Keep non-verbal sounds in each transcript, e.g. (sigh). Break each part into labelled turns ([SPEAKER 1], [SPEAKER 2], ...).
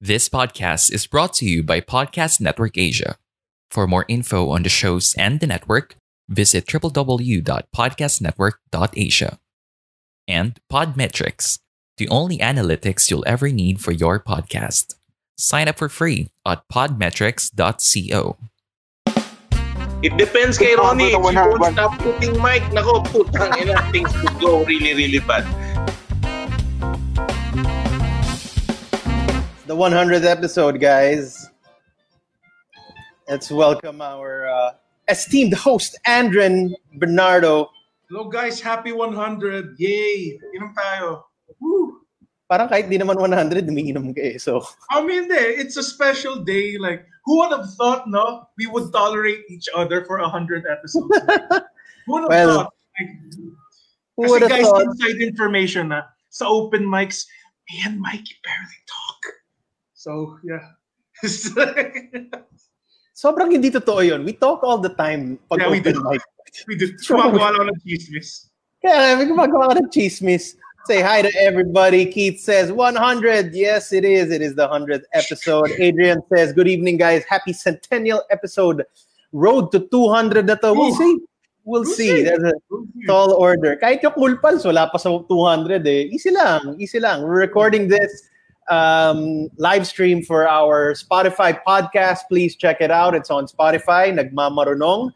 [SPEAKER 1] This podcast is brought to you by Podcast Network Asia. For more info on the shows and the network, visit www.podcastnetwork.asia. And Podmetrics, the only analytics you'll ever need for your podcast. Sign up for free at podmetrics.co.
[SPEAKER 2] It depends kay
[SPEAKER 3] Ikaw,
[SPEAKER 2] Ronnie. If you
[SPEAKER 3] Bruno,
[SPEAKER 2] won't
[SPEAKER 3] 101.
[SPEAKER 2] stop putting mic, nako, putang ina, things could go really, really bad.
[SPEAKER 3] the 100th episode, guys. Let's welcome our uh, esteemed host, Andren Bernardo.
[SPEAKER 4] Hello guys, happy 100. Yay! Inom tayo. Woo!
[SPEAKER 3] Parang kahit di naman 100, umiinom ka eh. So,
[SPEAKER 4] I mean, eh, it's a special day. Like, who would have thought, no? We would tolerate each other for 100
[SPEAKER 3] (laughs)
[SPEAKER 4] episodes. who would have thought?
[SPEAKER 3] Well,
[SPEAKER 4] Like,
[SPEAKER 3] who
[SPEAKER 4] kasi
[SPEAKER 3] would have
[SPEAKER 4] guys,
[SPEAKER 3] thought?
[SPEAKER 4] inside information na. Sa open mics, me and Mikey barely talk. So, yeah. (laughs)
[SPEAKER 3] Sobrang hindi totoo yun. We talk all the time pag
[SPEAKER 4] Yeah, we
[SPEAKER 3] open
[SPEAKER 4] do.
[SPEAKER 3] mic.
[SPEAKER 4] we
[SPEAKER 3] (laughs)
[SPEAKER 4] did. Gumagawa lang ng chismis.
[SPEAKER 3] Kaya may gumagawa ka ng chismis. Say hi to everybody. Keith says 100. Yes, it is. It is the 100th episode. Adrian says, good evening, guys. Happy centennial episode. Road to 200 na to. We'll
[SPEAKER 4] Ooh.
[SPEAKER 3] see. We'll
[SPEAKER 4] We'll see.
[SPEAKER 3] see. There's a tall order. Kahit yung cool pals, wala pa sa 200 eh. Easy lang. Easy lang. We're recording this um, live stream for our Spotify podcast. Please check it out. It's on Spotify. Nagmamarunong.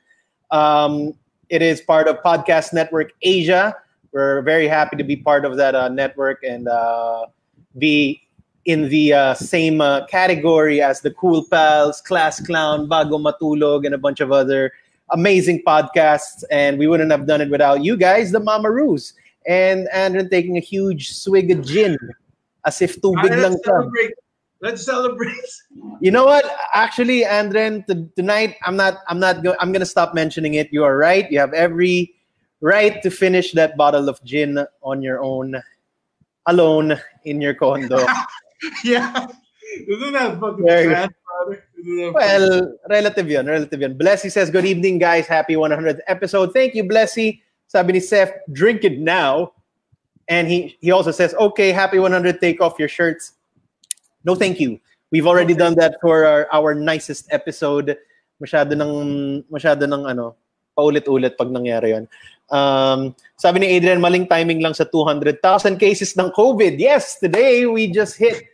[SPEAKER 3] Um, it is part of Podcast Network Asia. We're very happy to be part of that uh, network and uh, be in the uh, same uh, category as the Cool Pals, Class Clown, Bago Matulog, and a bunch of other amazing podcasts. And we wouldn't have done it without you guys, the Mama Roos. And Andrew taking a huge swig of gin as if tubig
[SPEAKER 4] Ah,
[SPEAKER 3] lang
[SPEAKER 4] let's
[SPEAKER 3] siya.
[SPEAKER 4] celebrate. Let's celebrate. (laughs)
[SPEAKER 3] You know what? Actually, Andren, t- tonight I'm not. I'm not. Go- I'm gonna stop mentioning it. You are right. You have every right to finish that bottle of gin on your own, alone in your condo.
[SPEAKER 4] yeah. Isn't that fucking
[SPEAKER 3] Very
[SPEAKER 4] sad,
[SPEAKER 3] good.
[SPEAKER 4] brother? Isn't that fucking-
[SPEAKER 3] well, relative yun. Relative yun. Blessy says, "Good evening, guys. Happy 100th episode. Thank you, Blessy." Sabi ni Seth, "Drink it now." And he he also says, "Okay, happy 100. Take off your shirts." No, thank you. We've already done that for our, our nicest episode. Masyado ng, masyado ng ano, paulit-ulit pag nangyari yun. Um, sabi ni Adrian, maling timing lang sa 200,000 cases ng COVID. Yes, today we just hit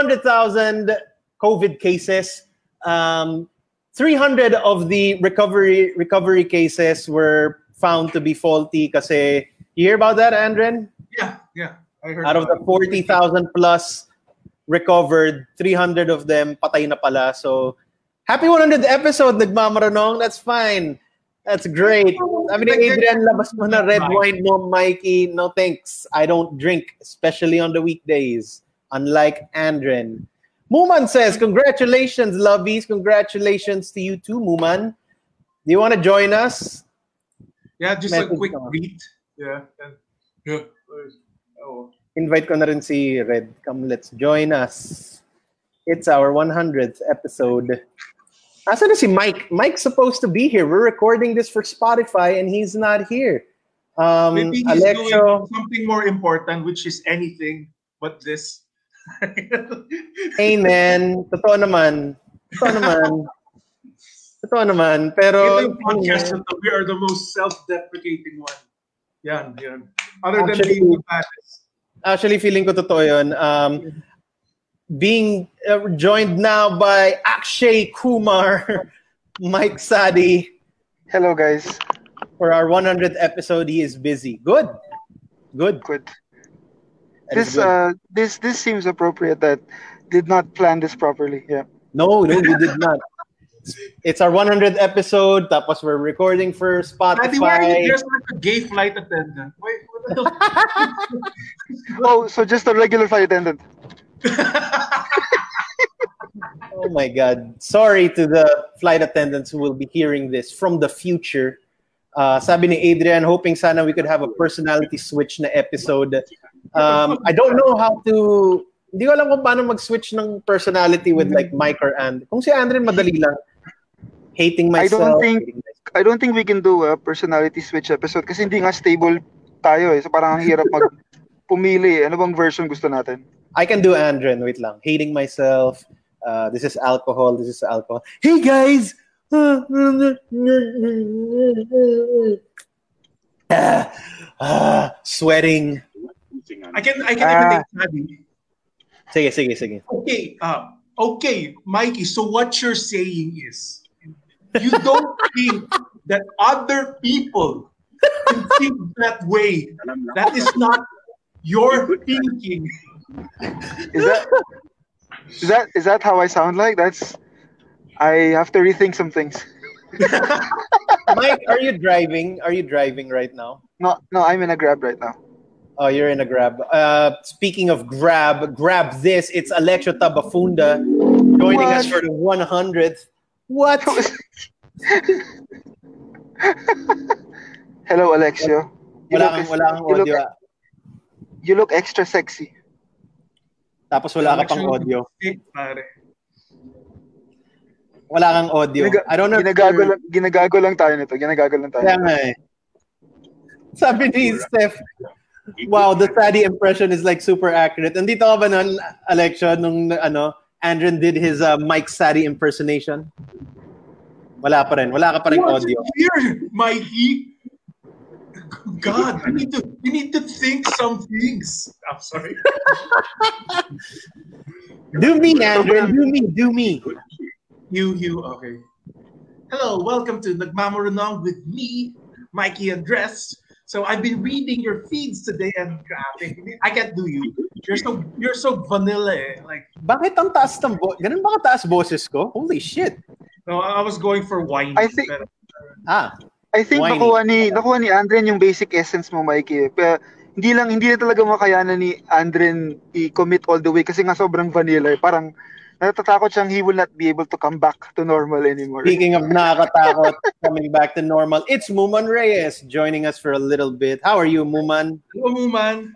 [SPEAKER 3] 200,000 COVID cases. Um, 300 of the recovery recovery cases were found to be faulty kasi you hear about that, Andren?
[SPEAKER 4] Yeah, yeah. I heard
[SPEAKER 3] out of the
[SPEAKER 4] about it.
[SPEAKER 3] 40,000 plus recovered, 300 of them patay na pala. So, happy 100 episode, nagmamaranong. That's fine. That's great. Sabi ni Adrian, labas mo na red wine mo, Mikey. No thanks. I don't drink, especially on the weekdays. Unlike Andren. Muman says, congratulations, lovies. Congratulations to you too, Muman. Do you want to join us?
[SPEAKER 4] Yeah, just a
[SPEAKER 3] message
[SPEAKER 4] quick
[SPEAKER 3] naman.
[SPEAKER 4] beat. Yeah. and- yeah. Oh.
[SPEAKER 3] invite ko na rin si Red. Come, let's join us. It's our 100th episode. Asa na si Mike? Mike's supposed to be here. We're recording this for Spotify and he's not here. Um,
[SPEAKER 4] Maybe he's doing
[SPEAKER 3] Alexio,
[SPEAKER 4] something more important, which is anything but this. (laughs)
[SPEAKER 3] amen. Totoo naman. Totoo naman. Totoo naman. Pero,
[SPEAKER 4] Ito yung podcast na to, we are the most self-deprecating one. Yan, yan. Other than
[SPEAKER 3] Actually-
[SPEAKER 4] being the baddest.
[SPEAKER 3] actually feeling ko totoo yun. Um, being uh, joined now by Akshay Kumar, (laughs) Mike Sadi,
[SPEAKER 5] Hello guys,
[SPEAKER 3] for our 100th episode he is busy good good
[SPEAKER 5] good.
[SPEAKER 3] That is
[SPEAKER 5] This
[SPEAKER 3] good.
[SPEAKER 5] uh this this seems appropriate that did not plan this properly. Yeah.
[SPEAKER 3] no no you did not it's our 100th episode tapos we're recording for
[SPEAKER 4] Daddy, why are you
[SPEAKER 3] spotify
[SPEAKER 4] dressed like a gay flight attendant? Wait, what the hell?
[SPEAKER 5] Oh, so just a regular flight attendant.
[SPEAKER 3] oh my god sorry to the flight attendants who will be hearing this from the future uh, sabi ni Adrian, hoping sana we could have a personality switch na episode. Um, I don't know how to... Hindi ko alam kung paano mag-switch ng personality with like Mike or And. Kung si Andren, madali lang. Hating
[SPEAKER 5] I
[SPEAKER 3] myself.
[SPEAKER 5] don't think-
[SPEAKER 3] hating
[SPEAKER 5] I don't think we can do a personality switch episode kasi hindi nga stable tayo eh. So parang ang hirap mag pumili. Ano bang eh. version gusto natin?
[SPEAKER 3] I can do Andren. Wait lang. Hating myself. Uh, this is alcohol. This is alcohol. Hey guys. Ah, ah, sweating.
[SPEAKER 4] I can I can imitate
[SPEAKER 5] Ah.
[SPEAKER 4] Sabi.
[SPEAKER 3] Sige, sige, sige.
[SPEAKER 4] Okay, uh, okay, Mikey. So what you're saying is you don't think that other people can think that way. That is not your thinking.
[SPEAKER 5] Is that is that is that how I sound like? That's I have to rethink some things.
[SPEAKER 3] Mike, are you driving? Are you driving right now?
[SPEAKER 5] No, no, I'm in a grab right now. (laughs)
[SPEAKER 3] Oh, you're in a grab. Uh, speaking of grab, grab this. It's Alexio Tabafunda joining us for
[SPEAKER 5] What?
[SPEAKER 3] the 100th. What?
[SPEAKER 5] Hello, Alexio. You
[SPEAKER 3] Wala
[SPEAKER 5] look,
[SPEAKER 3] kang, wala kang
[SPEAKER 5] you look-
[SPEAKER 3] audio. ah.
[SPEAKER 5] you look extra sexy.
[SPEAKER 3] Tapos wala ka pang audio.
[SPEAKER 4] Sick, pare.
[SPEAKER 3] Wala kang audio.
[SPEAKER 5] Ginaga-
[SPEAKER 3] I don't know. if
[SPEAKER 5] Ginagago
[SPEAKER 3] you're-
[SPEAKER 5] lang, ginagago lang tayo nito. Ginagago lang tayo.
[SPEAKER 3] Kaya nga eh. Sabi ni Steph, wow, the Sadie impression is like super accurate. Nandito ka ba nun, Alexio, nung ano, Andren did his uh, Mike Sadie impersonation? Wala pa rin. Wala ka pa rin
[SPEAKER 4] What's
[SPEAKER 3] audio.
[SPEAKER 4] here, Mikey? God, you need to you need to think some things. I'm sorry.
[SPEAKER 3] Do me, Andren. Do me. Do me.
[SPEAKER 4] You, you, okay. Hello, welcome to Nagmamurunong with me, Mikey Andres. So I've been reading your feeds today and grabe, I can't do you. You're so you're so vanilla eh. Like
[SPEAKER 3] Bakit ang taas ng bo- Ganun ba kataas boses ko? Holy shit.
[SPEAKER 4] no, I was going for wine.
[SPEAKER 5] I think-
[SPEAKER 4] pero-
[SPEAKER 3] Ah,
[SPEAKER 5] I think
[SPEAKER 3] Whiny.
[SPEAKER 5] nakuha ni nakuha ni Andren yung basic essence mo, Mikey. eh. Pero hindi lang hindi na talaga makayanan ni Andren i-commit all the way kasi nga sobrang vanilla. eh. Parang natatakot siyang he will not be able to come back to normal anymore.
[SPEAKER 3] speaking of nakakatakot, coming back to normal, it's Muman Reyes joining us for a little bit. How are you, Muman?
[SPEAKER 4] Hello, Muman.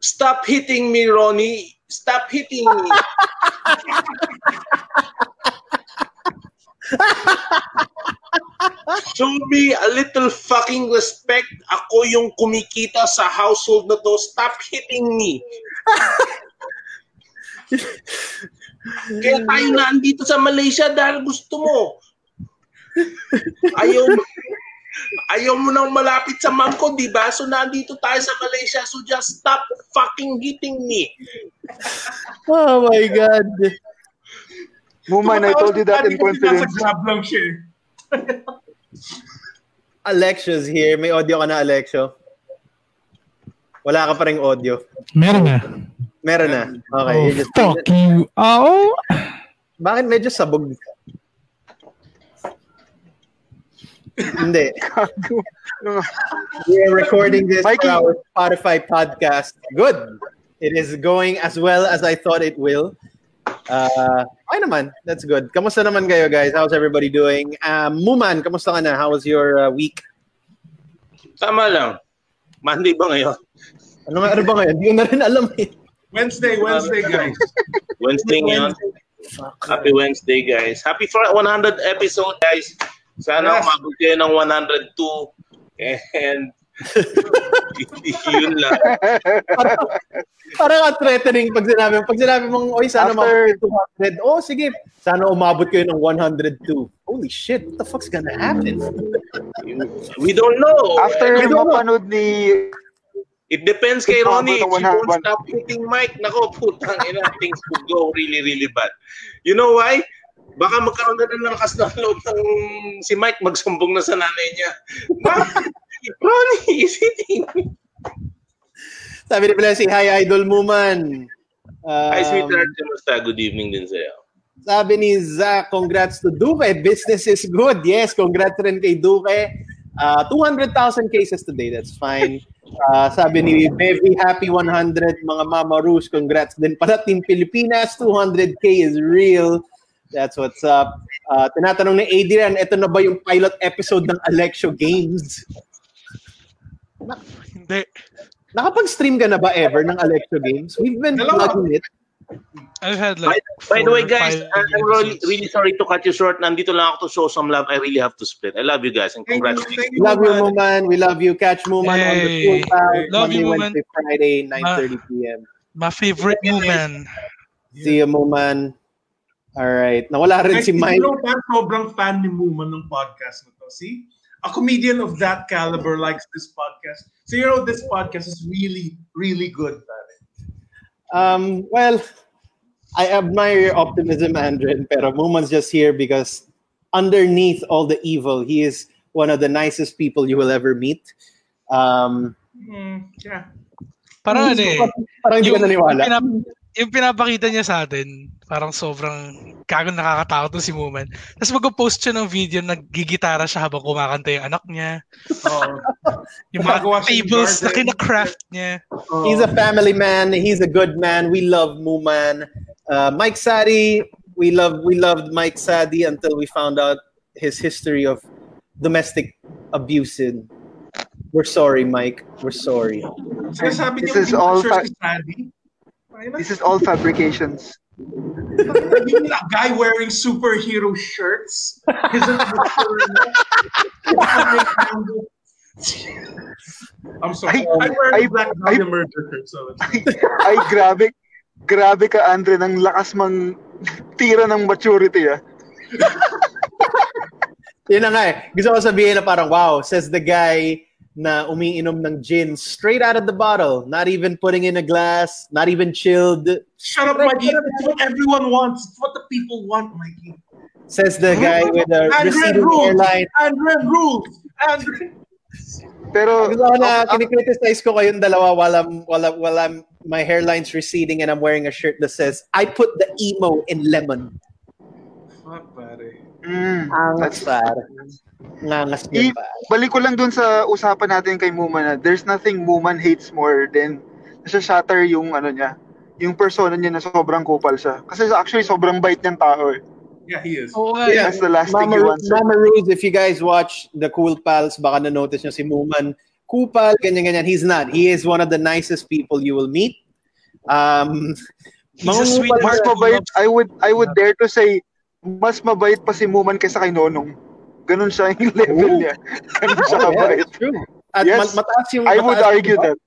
[SPEAKER 2] Stop hitting me, Ronnie. Stop hitting me. (laughs) Show me a little fucking respect. Ako yung kumikita sa household na to. Stop hitting me. Kaya tayo na andito sa Malaysia dahil gusto mo. Ayaw mo. Ayaw mo nang malapit sa mom ko, di ba? So nandito tayo sa Malaysia. So just stop fucking hitting me.
[SPEAKER 3] Oh my God.
[SPEAKER 5] Muman, I told you that in confidence.
[SPEAKER 4] Nasa grab lang siya. eh.
[SPEAKER 3] Alexio's here. May audio ka na, Alexio. Wala ka pa rin audio.
[SPEAKER 6] Meron na.
[SPEAKER 3] Meron na. Okay.
[SPEAKER 6] Oh,
[SPEAKER 3] you're just-
[SPEAKER 6] fuck you. Oh,
[SPEAKER 3] Bakit medyo sabog ka? Hindi. We are recording this
[SPEAKER 5] Mikey.
[SPEAKER 3] for our Spotify podcast. Good. It is going as well as I thought it will. Uh, ay naman. That's good. Kamusta naman kayo, guys? How's everybody doing? Uh, Muman, kamusta ka na? How was your uh, week?
[SPEAKER 2] Tama lang. Monday ba ngayon?
[SPEAKER 3] Ano nga ano ba ngayon? Hindi ko na rin alam eh.
[SPEAKER 4] Wednesday, Wednesday, guys.
[SPEAKER 2] Wednesday ngayon. Happy Wednesday, guys. Happy for 100 episode, guys. Sana
[SPEAKER 4] Yes.
[SPEAKER 2] umabot kayo ng 102. And (laughs) yun lang.
[SPEAKER 3] Parang ka threatening pag sinabi mo. Pag sinabi mong, oy, sana
[SPEAKER 5] After-
[SPEAKER 3] umabot kayo 200. Oh, sige. Sana umabot kayo ng 102. Holy shit, what the fuck's gonna happen?
[SPEAKER 2] We don't know.
[SPEAKER 5] After
[SPEAKER 3] Medyo-
[SPEAKER 5] mapanood ni
[SPEAKER 2] It depends kay
[SPEAKER 5] Ito,
[SPEAKER 2] Ronnie. If
[SPEAKER 5] ito,
[SPEAKER 2] you don't
[SPEAKER 5] 100.
[SPEAKER 2] stop hitting Mike, nako, putang ina, things could go really, really bad. You know why? Baka magkaroon na rin ng lakas ng loob ng si Mike, magsumbong na sa nanay niya. Bakit? (laughs) Ronnie, is hitting me.
[SPEAKER 3] Sabi ni Blessing, hi, Idol Muman. Um,
[SPEAKER 2] Hi, sweetheart. Kamusta? Good evening din sa'yo.
[SPEAKER 3] Sabi ni Zach, congrats to Duque. Business is good. Yes, congrats rin kay Duque. Uh, 200,000 cases today. That's fine. Uh, sabi ni Bevy, happy 100. Mga Mama Roos, congrats din pala. Team Pilipinas, 200K is real. That's what's up. Uh, tinatanong ni Adrian, ito na ba yung pilot episode ng Alexio Games?
[SPEAKER 7] Hindi.
[SPEAKER 3] Nakapag-stream ka na ba ever ng Alexio Games? We've been
[SPEAKER 4] Dalawa.
[SPEAKER 3] plugging it.
[SPEAKER 7] I've had like
[SPEAKER 2] By the
[SPEAKER 7] four
[SPEAKER 2] way,
[SPEAKER 7] or
[SPEAKER 2] guys,
[SPEAKER 7] five
[SPEAKER 2] I'm really,
[SPEAKER 7] episodes.
[SPEAKER 2] really sorry to cut you short. Nandito lang ako to show some love. I really have to split. I love you guys and
[SPEAKER 4] Thank you,
[SPEAKER 2] congrats.
[SPEAKER 4] thank you,
[SPEAKER 3] Love you,
[SPEAKER 4] Muman.
[SPEAKER 3] Muman. We love you. Catch Muman on the
[SPEAKER 7] Hey.
[SPEAKER 3] full time.
[SPEAKER 7] Love
[SPEAKER 3] Monday,
[SPEAKER 7] you, Muman.
[SPEAKER 3] Wednesday, Friday, 9.30 p.m.
[SPEAKER 7] My favorite woman.
[SPEAKER 3] Si Muman. All right. Nawala rin
[SPEAKER 4] Guys,
[SPEAKER 3] si Mike.
[SPEAKER 4] You know that sobrang fan ni Muman ng podcast na to. See? A comedian of that caliber likes this podcast. So you know, this podcast is really, really good. pare.
[SPEAKER 3] Um, well, I admire your optimism, Andrin, pero Muman's just here because underneath all the evil, he is one of the nicest people you will ever meet. Um,
[SPEAKER 4] Mm, yeah.
[SPEAKER 7] Parang ano eh.
[SPEAKER 3] parang hindi ka
[SPEAKER 7] Yung,
[SPEAKER 3] naniwala.
[SPEAKER 7] pinap- yung pinapakita niya sa atin, parang sobrang kago nakakatakot to si Muman. Tapos mag-post siya ng video, naggigitara siya habang kumakanta yung anak niya.
[SPEAKER 4] Oo.
[SPEAKER 7] Yung mga
[SPEAKER 4] Gagawa Oh, siya Oh, ng
[SPEAKER 7] tables na
[SPEAKER 4] garden.
[SPEAKER 7] kinakraft niya.
[SPEAKER 4] Oo.
[SPEAKER 3] He's a family man. He's a good man. We love Muman. Uh, Mike Sadi, we love we loved Mike Sadi until we found out his history of domestic abuse. in- We're sorry, Mike. We're sorry.
[SPEAKER 4] Sinasabi niya,
[SPEAKER 5] This is
[SPEAKER 4] hindi
[SPEAKER 5] all
[SPEAKER 4] sure
[SPEAKER 5] fa-
[SPEAKER 4] si Sadie. Ay,
[SPEAKER 5] This is all fabrications. (laughs)
[SPEAKER 4] Yung na- guy wearing superhero shirts isn't the sure enough. I'm sorry.
[SPEAKER 5] Ay,
[SPEAKER 4] I, wear
[SPEAKER 5] ay,
[SPEAKER 4] black
[SPEAKER 5] ay-
[SPEAKER 4] Dahlia murder shirt. So it's-
[SPEAKER 5] Ay, grabe. Grabe ka, Andre, ng lakas mang tira ng maturity, ah.
[SPEAKER 3] Yun na nga eh. Gusto ko sabihin na parang, wow, says the guy na umiinom ng gin straight out of the bottle. Not even putting in a glass. Not even chilled.
[SPEAKER 4] shut up, Mikey. It's what everyone wants. It's what the people want, Mikey.
[SPEAKER 3] Says the guy with
[SPEAKER 4] And
[SPEAKER 3] a
[SPEAKER 4] red
[SPEAKER 3] receding
[SPEAKER 4] rules.
[SPEAKER 3] hairline.
[SPEAKER 4] And red rules. And red-
[SPEAKER 5] Pero,
[SPEAKER 3] Gusto ko na
[SPEAKER 5] ang- ang-
[SPEAKER 3] kinikriticize ko kayong dalawa while I'm, while, I'm- while I'm, my hairline's receding and I'm wearing a shirt that says, I put the emo in lemon.
[SPEAKER 4] Fuck, pare.
[SPEAKER 5] mm,
[SPEAKER 3] Angas,
[SPEAKER 5] that's-
[SPEAKER 3] pare. Angas
[SPEAKER 5] I,
[SPEAKER 3] niya, pare.
[SPEAKER 5] balik ko lang dun sa usapan natin kay Muman na there's nothing Muman hates more than nasa-shatter yung ano niya, yung persona niya na sobrang kupal siya. Kasi actually sobrang bait niyang tao eh.
[SPEAKER 4] Yeah, he is.
[SPEAKER 8] eh.
[SPEAKER 7] Oo nga.
[SPEAKER 3] Oh, Yeah.
[SPEAKER 5] That's the last
[SPEAKER 3] Mama,
[SPEAKER 5] thing he wants.
[SPEAKER 3] Mama Rose, if you guys watch the Cool Pals, baka na-notice nyo si Muman. Kupal, ganyan-ganyan. He's not. He is one of the nicest people you will meet. Um,
[SPEAKER 5] (laughs)
[SPEAKER 7] He's a sweetheart.
[SPEAKER 5] Mas
[SPEAKER 7] He
[SPEAKER 5] mabait,
[SPEAKER 7] loves-
[SPEAKER 5] I would I would dare to say mas mabait pa si Muman kaysa kay Nonong. Ganun siya yung (laughs) level
[SPEAKER 3] Oh.
[SPEAKER 5] niya. Ganun siya
[SPEAKER 3] Oh, yeah,
[SPEAKER 5] kabait.
[SPEAKER 3] it's (laughs) true. At
[SPEAKER 5] Yes.
[SPEAKER 3] ma- mataas yung
[SPEAKER 5] I would
[SPEAKER 3] mataas yung
[SPEAKER 5] argue
[SPEAKER 3] bar-
[SPEAKER 5] that.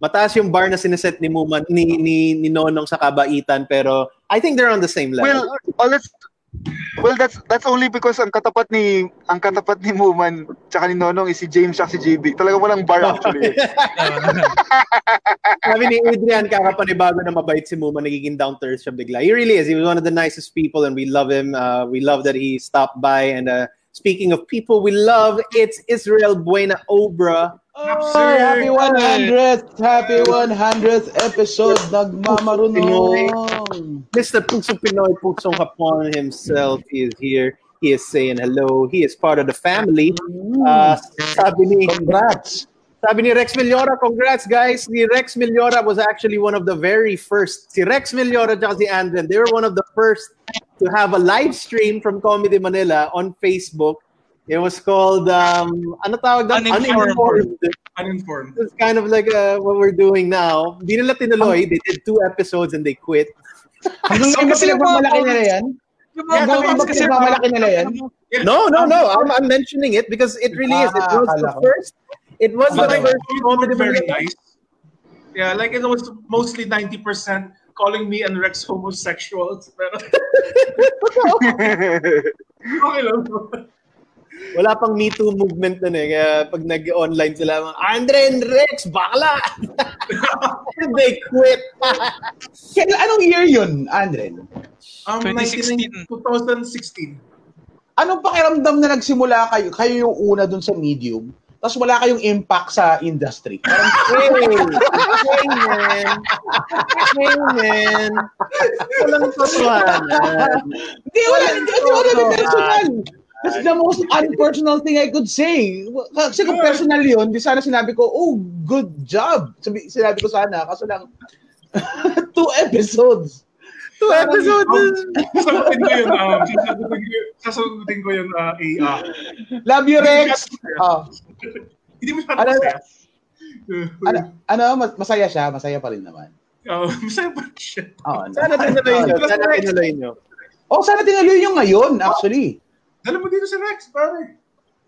[SPEAKER 3] Mataas yung bar na sineset ni Muman ni ni, ni Nonong sa kabaitan pero I think they're on the same level.
[SPEAKER 5] Well, oh, that's Well, that's that's only because ang katapat ni ang katapat ni Muman tsaka ni Nonong is si James at si JB. Talaga walang bar (laughs) actually.
[SPEAKER 3] (laughs) Sabi ni Adrian, kakapanibago na mabait si Muma, nagiging down to earth siya bigla. He really is. He was one of the nicest people and we love him. Uh, we love that he stopped by. And uh, speaking of people we love, it's Israel Buena Obra.
[SPEAKER 8] Hi,
[SPEAKER 4] Sir,
[SPEAKER 8] happy 100th! Happy 100th episode! Nagmamarunong!
[SPEAKER 3] Mr. Puso Pinoy, Pusong Hapon himself is here. He is saying hello. He is part of the family. Uh, sabi ni,
[SPEAKER 8] Congrats!
[SPEAKER 3] Sabi ni Rex Millora, congrats guys. Ni Rex Millora was actually one of the very first. Si Rex Millora at si Andren, they were one of the first to have a live stream from Comedy Manila on Facebook. It was called, um, ano tawag doon?
[SPEAKER 7] Uninformed.
[SPEAKER 4] uninformed.
[SPEAKER 3] It's kind of like uh, what we're doing now. Di nila tinuloy. They did two episodes and they quit.
[SPEAKER 8] Hanggang ngayon
[SPEAKER 7] So,
[SPEAKER 8] ba
[SPEAKER 7] kasi
[SPEAKER 8] pinagmamalaki nila yan?
[SPEAKER 7] yung mga comments- Yung
[SPEAKER 4] Yeah,
[SPEAKER 7] mga
[SPEAKER 4] kami
[SPEAKER 7] comments
[SPEAKER 4] ba
[SPEAKER 7] kasi
[SPEAKER 8] pinapalaki nila yan?
[SPEAKER 3] No, no, no. I'm, I'm mentioning it because it really is. It was the first. It was the
[SPEAKER 4] But like,
[SPEAKER 3] first
[SPEAKER 4] it
[SPEAKER 3] Comedy
[SPEAKER 4] was very
[SPEAKER 3] Manila.
[SPEAKER 4] nice. Yeah, like it was mostly 90% calling me and Rex homosexuals. (laughs) Pero, okay lang.
[SPEAKER 3] Wala pang Me Too movement na eh. Kaya pag nag-online sila, mga, Andre and Rex, bakla! They quit.
[SPEAKER 8] Kailan, anong year yun, Andren?
[SPEAKER 4] Um,
[SPEAKER 7] 2016.
[SPEAKER 4] 19, 2016.
[SPEAKER 8] Anong pakiramdam na nagsimula kayo? Kayo yung una dun sa medium, tapos wala kayong impact sa industry. Parang,
[SPEAKER 3] Hey, hey man. Hey man. Walang kasuhanan.
[SPEAKER 8] Hindi, wala, hindi, hindi, wala yung personal. That's the most unpersonal thing I could say. Kasi kung personal yun, di sana sinabi ko, oh, good job. Sabi, sinabi ko sana, kaso lang, (laughs) two episodes.
[SPEAKER 3] Two episodes.
[SPEAKER 4] Um, Sasagutin ko yun. Um, sasagutin ko yun. Sasagutin ko yun. Uh, eh, ah.
[SPEAKER 8] Love you, Rex. Ah,
[SPEAKER 4] (laughs) Hindi mo siya
[SPEAKER 8] Ano-
[SPEAKER 4] masaya.
[SPEAKER 8] ano, ano, mas- masaya siya, masaya pa rin naman.
[SPEAKER 4] Uh, (laughs) masaya pa rin siya.
[SPEAKER 8] Oo, ano.
[SPEAKER 3] Sana tinuloy nyo. Sana tinuloy nyo.
[SPEAKER 8] Oh, sana tinuloy yung ngayon, actually.
[SPEAKER 4] Dala mo dito si Rex, pare.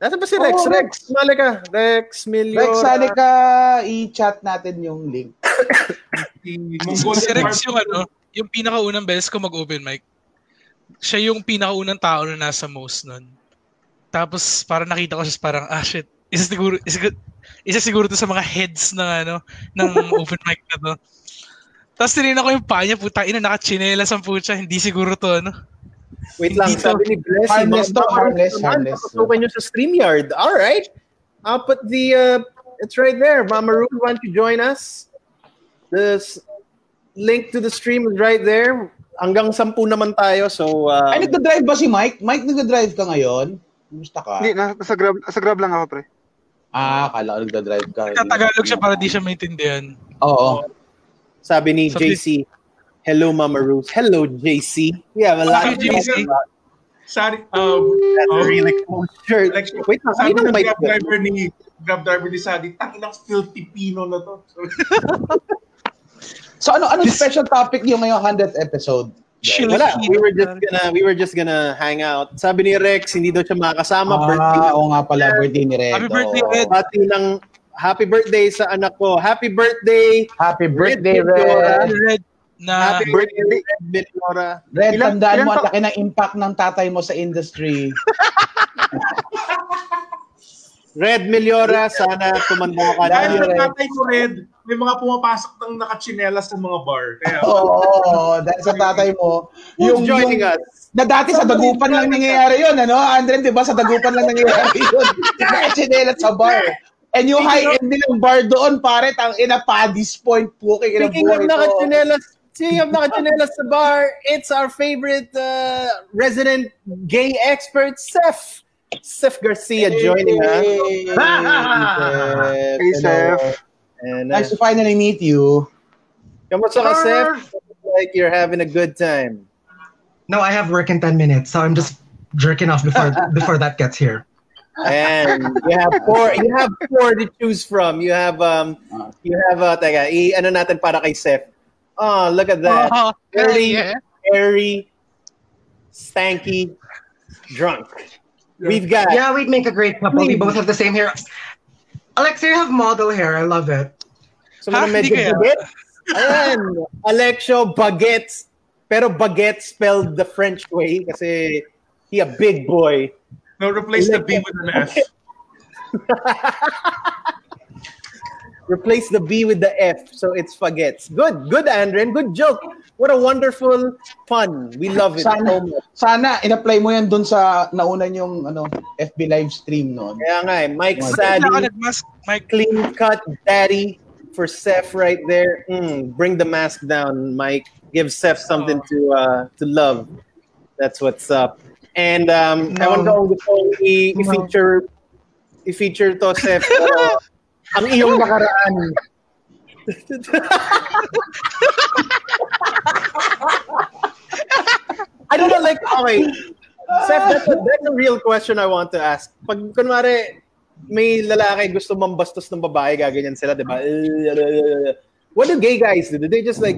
[SPEAKER 3] Nasaan ba si Rex?
[SPEAKER 8] Oh,
[SPEAKER 3] Rex, mali ka. Rex, Milliora.
[SPEAKER 8] Rex, sana ka i-chat natin yung link.
[SPEAKER 4] si Mongolian
[SPEAKER 7] si Rex yung
[SPEAKER 4] Barbecue.
[SPEAKER 7] ano, yung pinakaunang beses ko mag-open mic, siya yung pinakaunang tao na nasa most nun. Tapos parang nakita ko siya parang, ah shit, isa siguro, isa, isa siguro to sa mga heads ng ano, ng open mic na to. Tapos tinignan ko yung paa niya, puta ina, nakachinelas ang putya, hindi siguro to ano.
[SPEAKER 3] Wait lang,
[SPEAKER 7] Dito.
[SPEAKER 3] sabi ni Blessy.
[SPEAKER 9] Harmless to,
[SPEAKER 3] mga-
[SPEAKER 9] harmless,
[SPEAKER 3] naman,
[SPEAKER 9] harmless.
[SPEAKER 3] Papasukan nyo sa StreamYard. All right. I'll put the, uh, it's right there. Mama Ru, why don't you join us? This link to the stream is right there. Hanggang sampu naman tayo, so... Um,
[SPEAKER 9] Ay, nagda-drive ba si Mike? Mike, nagda-drive ka ngayon? Kumusta ka?
[SPEAKER 10] Hindi, nasa, nasa, grab, nasa grab lang ako, pre.
[SPEAKER 9] Ah, kala ko nagda-drive ka.
[SPEAKER 7] Tatagalog siya para di siya maintindihan.
[SPEAKER 9] Oo.
[SPEAKER 3] Sabi ni
[SPEAKER 7] Sabi-
[SPEAKER 3] JC, hello Mama Ruth. Hello JC. We have a lot
[SPEAKER 7] Sabi
[SPEAKER 3] of
[SPEAKER 7] ni JC.
[SPEAKER 4] Sorry, um,
[SPEAKER 3] That's
[SPEAKER 4] um,
[SPEAKER 3] a really cool shirt.
[SPEAKER 4] Like,
[SPEAKER 3] Wait lang,
[SPEAKER 4] sabi
[SPEAKER 3] sino
[SPEAKER 4] ng
[SPEAKER 3] may
[SPEAKER 4] grab driver ni grab driver ni Sadi, takinang filthy Pino na
[SPEAKER 3] (laughs)
[SPEAKER 4] to.
[SPEAKER 9] So, ano anong special topic niyo ngayong 100th episode?
[SPEAKER 7] Chill
[SPEAKER 3] Wala,
[SPEAKER 7] shit.
[SPEAKER 3] we were just gonna we were just gonna hang out. Sabi ni Rex, hindi daw siya makakasama. birthday.
[SPEAKER 9] Ah, oo nga pala, birthday ni Red.
[SPEAKER 7] Happy birthday,
[SPEAKER 9] oo.
[SPEAKER 7] Red.
[SPEAKER 3] Pati ng happy birthday sa anak ko. Happy birthday,
[SPEAKER 9] Happy birthday,
[SPEAKER 3] Red.
[SPEAKER 9] Red.
[SPEAKER 7] Red na
[SPEAKER 3] happy birthday,
[SPEAKER 10] birthday.
[SPEAKER 3] Red Benora.
[SPEAKER 9] Red,
[SPEAKER 10] Ilang-
[SPEAKER 9] tandaan
[SPEAKER 10] ilang
[SPEAKER 9] mo ang
[SPEAKER 10] ta-
[SPEAKER 9] laki ng impact ng tatay mo sa industry.
[SPEAKER 3] Red Meliora, sana tumanda ka
[SPEAKER 9] Red.
[SPEAKER 4] Dahil sa
[SPEAKER 3] na.
[SPEAKER 4] tatay ko red, may mga pumapasok ng nakachinelas sa mga bar. Kaya,
[SPEAKER 3] Oh.
[SPEAKER 9] Oo, oo, dahil sa tatay mo.
[SPEAKER 3] Who's joining us?
[SPEAKER 9] Na dati sa dagupan lang nangyayari yun, ano? Andren, di ba? Sa dagupan lang nangyayari yun.
[SPEAKER 3] (laughs)
[SPEAKER 9] Nakachinelat sa bar. And yung high-end nilang bar doon, pare, tang ina, Paddy's Point, puking ina
[SPEAKER 3] Speaking
[SPEAKER 9] buhay ko.
[SPEAKER 3] of nakachinelas, speaking of nakachinelas sa bar, it's our favorite uh, resident gay expert, Seth. Seth Garcia joining us.
[SPEAKER 9] Hey,
[SPEAKER 10] Hey, Seth.
[SPEAKER 3] And, uh,
[SPEAKER 9] Nice to finally meet you.
[SPEAKER 3] kamusta ka, Seth? Like you're having a good time.
[SPEAKER 11] No, I have work in 10 minutes, so I'm just jerking off
[SPEAKER 3] (laughs)
[SPEAKER 11] before before that gets here.
[SPEAKER 3] And you have four you have four to choose from. You have um you have uh teka, i ano natin para kay Seth. Oh, look at that.
[SPEAKER 7] Oh,
[SPEAKER 3] Very
[SPEAKER 7] yeah.
[SPEAKER 3] airy, stanky, drunk. We've got
[SPEAKER 11] Yeah, we'd make a great couple. We both have the same hair. Alexa, you have model hair. I love it.
[SPEAKER 3] So mga
[SPEAKER 7] Ha?
[SPEAKER 3] medyo
[SPEAKER 7] Hindi kaya? (laughs)
[SPEAKER 3] bagets. Ayan. Alexio Baguettes. Pero baguette spelled the French way kasi he a big boy.
[SPEAKER 4] no, replace
[SPEAKER 3] (laughs)
[SPEAKER 4] the B with an S.
[SPEAKER 3] Replace the B with the F, so it's baguettes. Good, good, Andren. Good joke. What a wonderful pun. We love it. Oh
[SPEAKER 9] Sana, sana in-apply mo yan doon sa naunan yung ano, FB live stream noon.
[SPEAKER 3] Kaya nga eh, Mike
[SPEAKER 9] Wala.
[SPEAKER 7] Wala ka
[SPEAKER 3] Sally,
[SPEAKER 7] nagmask, Mike.
[SPEAKER 3] clean cut daddy for Seth right there. Mm, bring the mask down, Mike. Give Seth something to uh, to love. That's what's up. And um, I
[SPEAKER 11] No.
[SPEAKER 3] want to go before we
[SPEAKER 11] No.
[SPEAKER 3] feature i-feature to
[SPEAKER 11] (laughs)
[SPEAKER 3] Seth uh, ang iyong nakaraan. I don't know, like, okay. Seth, that's a, that's a real question I want to ask. Pag, kunwari, may lalaki gusto mambastos ng babae, gaganyan sila, di ba? What do gay guys do? Do they (laughs) just like,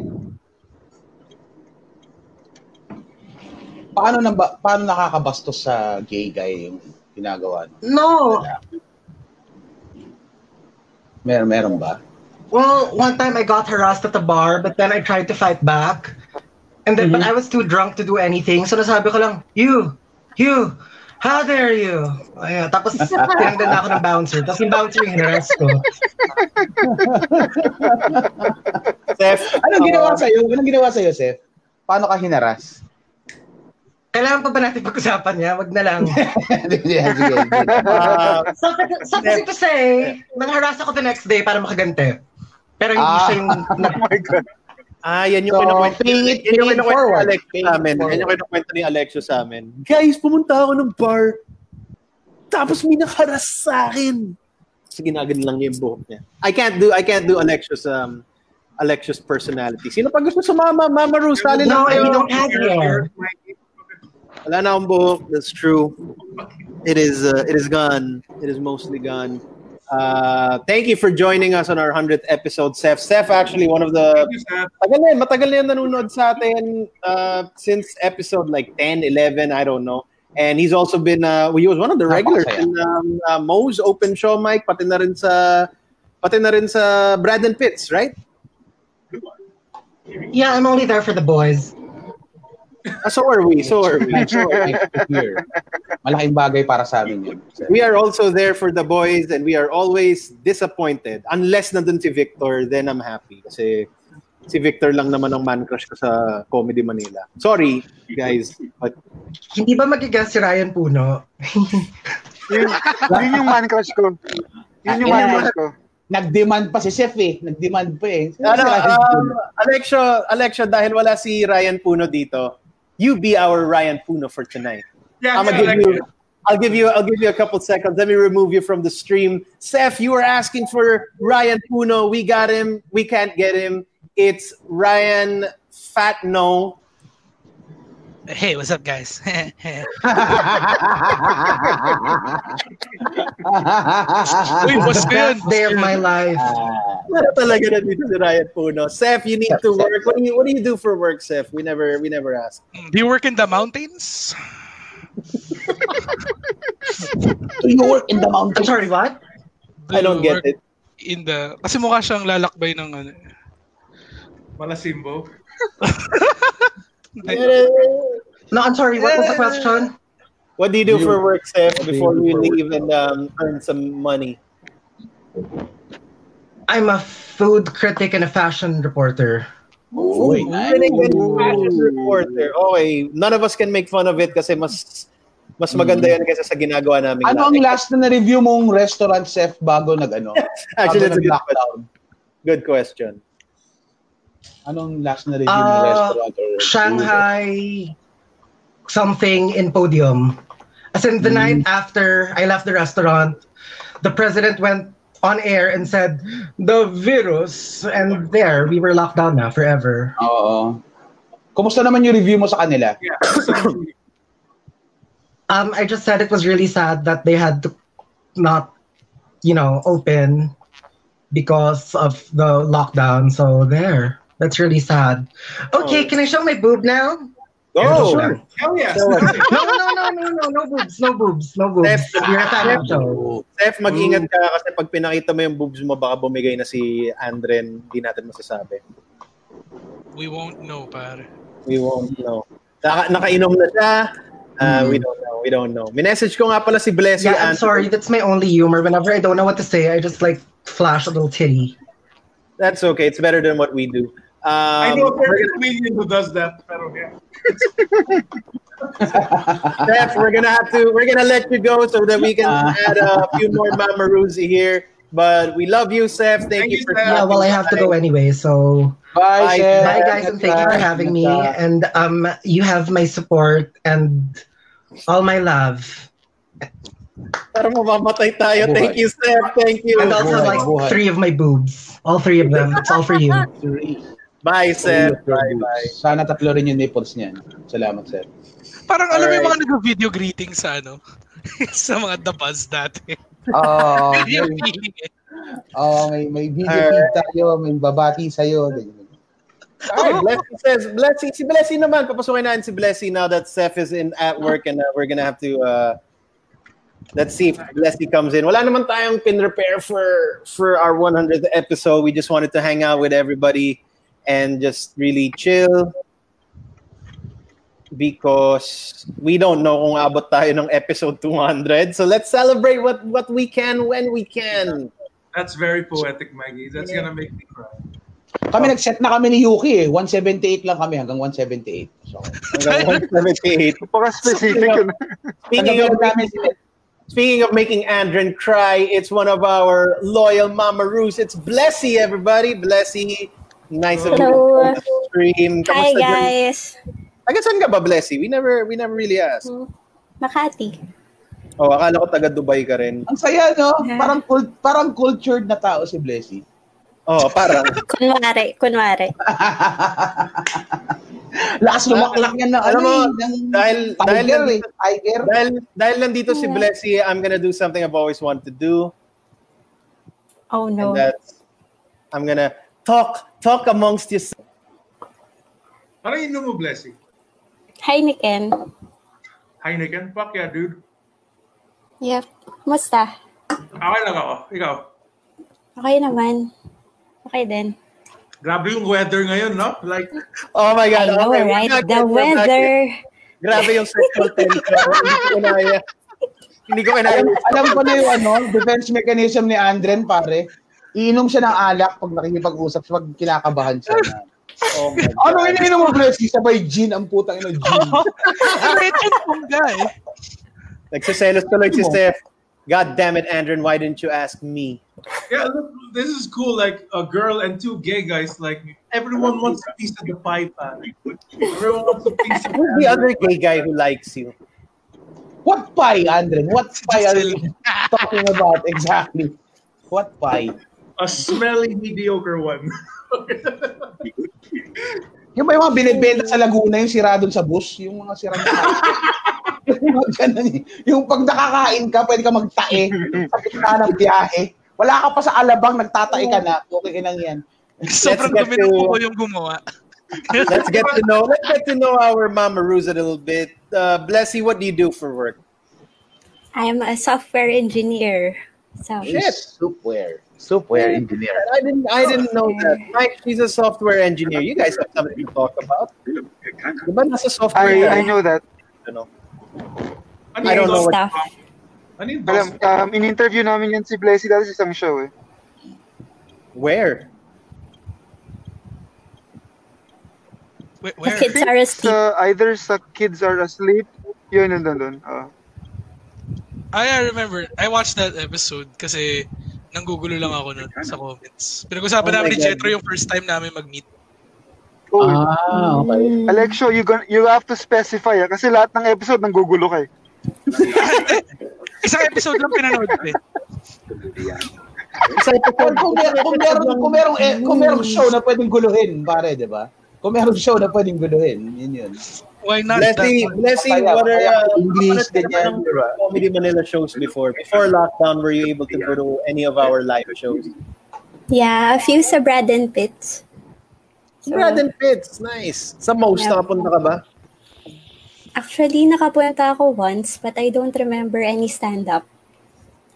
[SPEAKER 9] Paano na ba, paano nakakabastos sa gay guy yung ginagawa? niyo?
[SPEAKER 11] No.
[SPEAKER 9] Mer meron ba?
[SPEAKER 11] Well, one time I got harassed at the bar, but then I tried to fight back. And then
[SPEAKER 3] Mm-hmm.
[SPEAKER 11] but I was too drunk to do anything. So nasabi ko lang, you, you, how dare you? Ayan, tapos tinandan na ako ng bouncer. Tapos yung bouncer yung harass ko.
[SPEAKER 3] Seth,
[SPEAKER 9] Anong ginawa
[SPEAKER 3] uh,
[SPEAKER 9] sa iyo? Anong ginawa sa iyo, Seth? Paano ka hinaras?
[SPEAKER 11] Kailangan pa ba natin pag-usapan niya? Wag na lang.
[SPEAKER 9] Hindi, hindi, hindi, hindi.
[SPEAKER 3] uh,
[SPEAKER 11] Something, (laughs) something to say, nang-harass ako the next day para makagante. Pero hindi
[SPEAKER 9] Ah.
[SPEAKER 11] siya yung...
[SPEAKER 3] Ah, yan
[SPEAKER 9] So,
[SPEAKER 3] yung kinukwento.
[SPEAKER 9] paying it-
[SPEAKER 3] yan yung
[SPEAKER 9] paying it
[SPEAKER 3] kinukwento ni
[SPEAKER 9] forward.
[SPEAKER 3] Alex
[SPEAKER 9] Paying
[SPEAKER 3] sa
[SPEAKER 9] it
[SPEAKER 3] amin. Yan
[SPEAKER 9] forward.
[SPEAKER 3] yung kinukwento ni Alexio sa amin. Guys, pumunta ako ng bar. Tapos may nakaras sa akin. Kasi ginagan lang niya yung buhok niya. I can't do, I can't do Alexio's, um, Alexio's personality. Sino pa gusto sumama? Mama Ru, sali
[SPEAKER 11] No, I
[SPEAKER 3] na kayo.
[SPEAKER 11] (laughs) don't have hair.
[SPEAKER 3] Wala na akong buhok. That's true. It is, uh, it is gone. It is mostly gone. Uh, thank you for joining us on our 100th episode, Seth. Seth, actually, one of the
[SPEAKER 4] Thank you, Seth.
[SPEAKER 3] Tagal na yun. Matagal na yun nanonood sa atin uh, since episode like 10, 11, I don't know. And he's also been, uh, he was one of the regulars
[SPEAKER 9] Napakasaya.
[SPEAKER 3] in um, uh, Moe's Open Show, Mike, pati na rin sa, pati na rin sa Brad and Pitts, right?
[SPEAKER 11] Yeah, I'm only there for the boys.
[SPEAKER 3] Ah, so are we. So are
[SPEAKER 11] (laughs)
[SPEAKER 3] we.
[SPEAKER 5] Sure.
[SPEAKER 9] Here. Malaking bagay para sa amin yun.
[SPEAKER 3] We are also there for the boys and we are always disappointed. Unless nandun si Victor, then I'm happy. Kasi si Victor lang naman ang man crush ko sa Comedy Manila. Sorry, guys. But
[SPEAKER 11] Hindi ba magiging si Ryan Puno?
[SPEAKER 5] yun, yun yung man crush ko. Yun yung man crush ko.
[SPEAKER 9] Nag-demand pa si Chef eh. Nag-demand pa eh. Sino si
[SPEAKER 3] ano,
[SPEAKER 9] Ryan
[SPEAKER 3] um,
[SPEAKER 9] Puno?
[SPEAKER 3] Alexia, Alexia, dahil wala si Ryan Puno dito, you be our Ryan Puno for tonight.
[SPEAKER 4] Yeah,
[SPEAKER 3] I'm gonna
[SPEAKER 4] yeah,
[SPEAKER 3] give
[SPEAKER 4] like-
[SPEAKER 3] you. I'll give you. I'll give you a couple seconds. Let me remove you from the stream. Seth, you were asking for Ryan Puno. We got him. We can't get him. It's Ryan Fat No.
[SPEAKER 7] Hey, what's up, guys? (laughs)
[SPEAKER 3] Ah.
[SPEAKER 7] Uy, boss ko yun.
[SPEAKER 11] Best day of my life.
[SPEAKER 3] Wala talaga nandito si Ryan Puno. Seth, you need to work. What do you What do you do for work, Seth? We never. We never asked.
[SPEAKER 7] Mm, Do you work in the mountains?
[SPEAKER 8] Do you work in the
[SPEAKER 11] I'm
[SPEAKER 8] mountains?
[SPEAKER 11] sorry, what?
[SPEAKER 7] Do
[SPEAKER 3] I don't
[SPEAKER 7] you
[SPEAKER 3] get
[SPEAKER 7] work
[SPEAKER 3] it.
[SPEAKER 7] In the... Kasi mukha siyang lalakbay ng ano.
[SPEAKER 4] Malasimbo.
[SPEAKER 11] No, I'm sorry. What was the question?
[SPEAKER 3] What do you do
[SPEAKER 9] You-
[SPEAKER 3] for work, Seth?
[SPEAKER 9] What do you
[SPEAKER 3] Before
[SPEAKER 9] do
[SPEAKER 3] we
[SPEAKER 9] for work?
[SPEAKER 3] leave and um, earn some money.
[SPEAKER 11] I'm a food critic and a fashion reporter.
[SPEAKER 9] Uy.
[SPEAKER 3] Galing, galing, fashion reporter. Okay, none of us can make fun of it kasi mas mas maganda
[SPEAKER 9] Mm.
[SPEAKER 3] yan kaysa sa ginagawa namin.
[SPEAKER 8] Ano ang last na na-review mong restaurant chef bago nag ano? bago
[SPEAKER 3] Actually, that's a good, que-
[SPEAKER 8] nag-lockdown?
[SPEAKER 3] good question.
[SPEAKER 9] Anong Ano last na review ng
[SPEAKER 11] Ah,
[SPEAKER 9] restaurant? Or
[SPEAKER 11] Shanghai something in podium. As in the
[SPEAKER 9] Mm.
[SPEAKER 11] night after I left the restaurant, the president went on air and said the virus and there we were locked down now forever.
[SPEAKER 9] Oo.
[SPEAKER 8] Kumusta naman yung review mo sa kanila?
[SPEAKER 4] Yeah.
[SPEAKER 11] Um I just said it was really sad that they had to not, you know, open because of the lockdown. So there. That's really sad. Okay, can I show my boob now?
[SPEAKER 3] Go!
[SPEAKER 11] Sure.
[SPEAKER 4] Hell yes.
[SPEAKER 3] Oh! So,
[SPEAKER 11] No, no, no, no, no, no boobs, no boobs, no boobs.
[SPEAKER 3] Steph,
[SPEAKER 11] You're a fan of show.
[SPEAKER 3] Seth, mag-ingat
[SPEAKER 9] Mm.
[SPEAKER 3] ka kasi pag pinakita mo yung boobs mo, baka bumigay na si Andren, di natin masasabi.
[SPEAKER 7] We won't know, pare.
[SPEAKER 3] We won't know. Naka, nakainom na siya. Uh, We don't know. We don't know. Minessage ko nga pala si Blessy.
[SPEAKER 11] Yeah, I'm
[SPEAKER 3] Andren.
[SPEAKER 11] sorry. That's my only humor. Whenever I don't know what to say, I just like flash a little titty.
[SPEAKER 3] That's okay. It's better than what we do. Um,
[SPEAKER 4] I
[SPEAKER 3] (laughs)
[SPEAKER 4] know a very comedian who does that. Pero yeah.
[SPEAKER 3] Steph, we're gonna have to we're gonna let you go so that we can
[SPEAKER 9] Ah.
[SPEAKER 3] add a few more Mamaruzzi here. But we love you, Steph. Thank,
[SPEAKER 4] Thank
[SPEAKER 3] you
[SPEAKER 4] you,
[SPEAKER 3] for
[SPEAKER 4] Steph.
[SPEAKER 11] Yeah, well, I have to go anyway. So
[SPEAKER 9] Bye,
[SPEAKER 3] Bye,
[SPEAKER 9] Chef.
[SPEAKER 11] bye, guys, and thank you for having me. And um, you have my support and all my love.
[SPEAKER 3] Para mamamatay tayo. Thank you, Steph. Thank you.
[SPEAKER 11] And also
[SPEAKER 9] boy,
[SPEAKER 11] like
[SPEAKER 9] boy.
[SPEAKER 11] three of my boobs, all three of them. It's all for you.
[SPEAKER 3] Bye, Steph. Bye, bye.
[SPEAKER 9] Sana tatlo rin yung nipples niyan. Salamat, Seth.
[SPEAKER 7] Parang alam mo yung
[SPEAKER 3] Alright.
[SPEAKER 7] mga nag-video greeting sa ano? (laughs) sa mga The Buzz
[SPEAKER 3] (laughs)
[SPEAKER 7] dati.
[SPEAKER 9] Oo.
[SPEAKER 7] Yun yung feeling eh.
[SPEAKER 9] Oh, may, may video feed tayo. May babati sa'yo.
[SPEAKER 3] Alright, Blessy says, Blessy, si Blessy naman. Papasukin natin si Blessy now that Steph is in at work and uh, we're gonna have to, uh, let's see if Blessy comes in. Wala naman tayong pin-repair for, for our 100th episode. We just wanted to hang out with everybody and just really chill because we don't know kung abot tayo ng episode 200. So let's celebrate what, what we can when we can.
[SPEAKER 4] That's very poetic, Maggie. That's gonna make me cry.
[SPEAKER 8] Kami nag-set na kami ni Yuki eh. 178 lang kami hanggang 178. So,
[SPEAKER 3] Hanggang 178.
[SPEAKER 5] Napaka-specific yun.
[SPEAKER 3] Speaking of
[SPEAKER 8] Tagabigyan namin si
[SPEAKER 3] Speaking of making Andren cry, it's one of our loyal Mama Roos. It's Blessy, everybody. Blessy. Nice of you to
[SPEAKER 12] Hello.
[SPEAKER 3] join the stream.
[SPEAKER 12] Hi
[SPEAKER 3] Kamusta dyan?
[SPEAKER 12] guys.
[SPEAKER 3] Taga saan ka ba, Blessy? We never, we never really asked.
[SPEAKER 12] Makati.
[SPEAKER 3] Oh, akala ko taga Dubai ka rin.
[SPEAKER 8] ang saya, no? Parang, cult- parang cultured na tao si Blessy.
[SPEAKER 3] Oh,
[SPEAKER 8] (laughs)
[SPEAKER 3] parang.
[SPEAKER 12] Kunwari, kunwari.
[SPEAKER 8] Lakas lumaklak yan ng,
[SPEAKER 3] Alam
[SPEAKER 8] ano,
[SPEAKER 3] mo,
[SPEAKER 8] eh, ng
[SPEAKER 3] dahil-
[SPEAKER 8] tiger,
[SPEAKER 3] dahil-
[SPEAKER 8] eh. tiger.
[SPEAKER 3] dahil, dahil nandito si Blessy, I'm gonna do something I've always wanted to do.
[SPEAKER 12] Oh no.
[SPEAKER 3] And uh, that's, I'm gonna talk, talk amongst yourselves.
[SPEAKER 4] Parang inom mo, Blessing.
[SPEAKER 12] Heineken.
[SPEAKER 4] Heineken? Fuck yeah, dude.
[SPEAKER 12] Yep. Musta?
[SPEAKER 4] Okay lang ako. Ikaw.
[SPEAKER 12] Okay naman. Okay din.
[SPEAKER 4] Grabe yung weather ngayon, no? Like,
[SPEAKER 3] Oh my
[SPEAKER 12] I
[SPEAKER 3] God.
[SPEAKER 12] know,
[SPEAKER 3] Okay, we're
[SPEAKER 12] right?
[SPEAKER 3] back
[SPEAKER 12] The
[SPEAKER 3] in, we're back
[SPEAKER 12] weather.
[SPEAKER 3] in. Grabe yung sexual tension. Hindi ko kinaya. Hindi ko kinaya.
[SPEAKER 9] Alam, alam ko na yung ano, defense mechanism ni Andren, pare. Iinom siya ng alak pag nakikipag-usap siya, pag kinakabahan siya.
[SPEAKER 3] Oh my
[SPEAKER 9] ano iniinom mo, Blessy? Sabay gin, ang putang ina, gin.
[SPEAKER 7] Legend kong guy.
[SPEAKER 3] Nagsiselos tuloy si Steph. God damn it, Andren, why didn't you ask me?
[SPEAKER 4] yeah, look, this is cool. Like a girl and two gay guys. Like everyone wants a piece of the pie, man. Everyone wants a piece of
[SPEAKER 3] Who's the other gay guy who likes you?
[SPEAKER 9] What pie, Andren? What pie are you talking about exactly? What pie?
[SPEAKER 4] a smelly mediocre one. (laughs)
[SPEAKER 9] Yung ba yung mga binibenta sa Laguna, yung sira dun sa bus? Yung mga sira na yung mga ganun eh. Yung pag nakakain ka, pwede ka magtae sa gitna ng biyahe. Wala ka pa sa alabang, nagtatae ka na. Okay, inang yan.
[SPEAKER 7] Sobrang
[SPEAKER 3] get
[SPEAKER 7] dumi ng
[SPEAKER 3] to-
[SPEAKER 7] kuko yung gumawa.
[SPEAKER 3] Let's get to know let's get to know our Mama Ruse a little bit. Uh, Blessy, what do you do for work?
[SPEAKER 12] I am a software engineer. So,
[SPEAKER 3] Shit.
[SPEAKER 9] Soupware. Soupware engineer.
[SPEAKER 3] I didn't I didn't know that. Mike, she's a software engineer. You guys have something to talk about. Diba nasa software?
[SPEAKER 5] I, I
[SPEAKER 3] yan?
[SPEAKER 5] know that.
[SPEAKER 3] Ano?
[SPEAKER 4] Ano
[SPEAKER 3] I
[SPEAKER 4] yung
[SPEAKER 3] don't know what-
[SPEAKER 12] stuff.
[SPEAKER 4] Ano yung
[SPEAKER 5] Alam, um, in-interview namin yan si Blessy dati sa isang show eh.
[SPEAKER 3] Where?
[SPEAKER 7] Wait,
[SPEAKER 12] The
[SPEAKER 7] where?
[SPEAKER 12] kids are asleep.
[SPEAKER 5] Sa either sa Kids Are Asleep, yun, yun, yun, yun. Ah.
[SPEAKER 7] I, I remember, I watched that episode kasi nanggugulo lang ako nun sa comments. Pinag-usapan
[SPEAKER 3] Oh
[SPEAKER 7] namin
[SPEAKER 3] my
[SPEAKER 7] ni
[SPEAKER 3] God.
[SPEAKER 7] Jetro yung first time namin mag-meet.
[SPEAKER 5] Oh,
[SPEAKER 9] Ah, okay.
[SPEAKER 5] Alexio, you, gon- you have to specify ah, kasi lahat ng episode nanggugulo ka eh.
[SPEAKER 7] Isang episode lang pinanood ko eh.
[SPEAKER 3] Sa
[SPEAKER 9] Kung, kung, mer- kung, merong, kung, merong, eh, kung merong show na pwedeng guluhin, pare, di ba? Kung merong show na pwedeng guluhin, yun yun.
[SPEAKER 7] Why not?
[SPEAKER 3] Blessy,
[SPEAKER 7] That-
[SPEAKER 3] Blessy,
[SPEAKER 9] Papaya,
[SPEAKER 3] what are
[SPEAKER 9] papaya,
[SPEAKER 3] uh,
[SPEAKER 9] English,
[SPEAKER 3] what are
[SPEAKER 9] ganyan,
[SPEAKER 3] some
[SPEAKER 9] diba?
[SPEAKER 3] Comedy Manila shows before? Before lockdown, were you able to go to any of our live shows?
[SPEAKER 12] Yeah, a few sa Brad and Pitt. So,
[SPEAKER 3] Brad and Pitts, nice. Sa most,
[SPEAKER 12] Yeah.
[SPEAKER 3] nakapunta ka ba?
[SPEAKER 12] Actually, nakapunta ako once, but I don't remember any stand-up.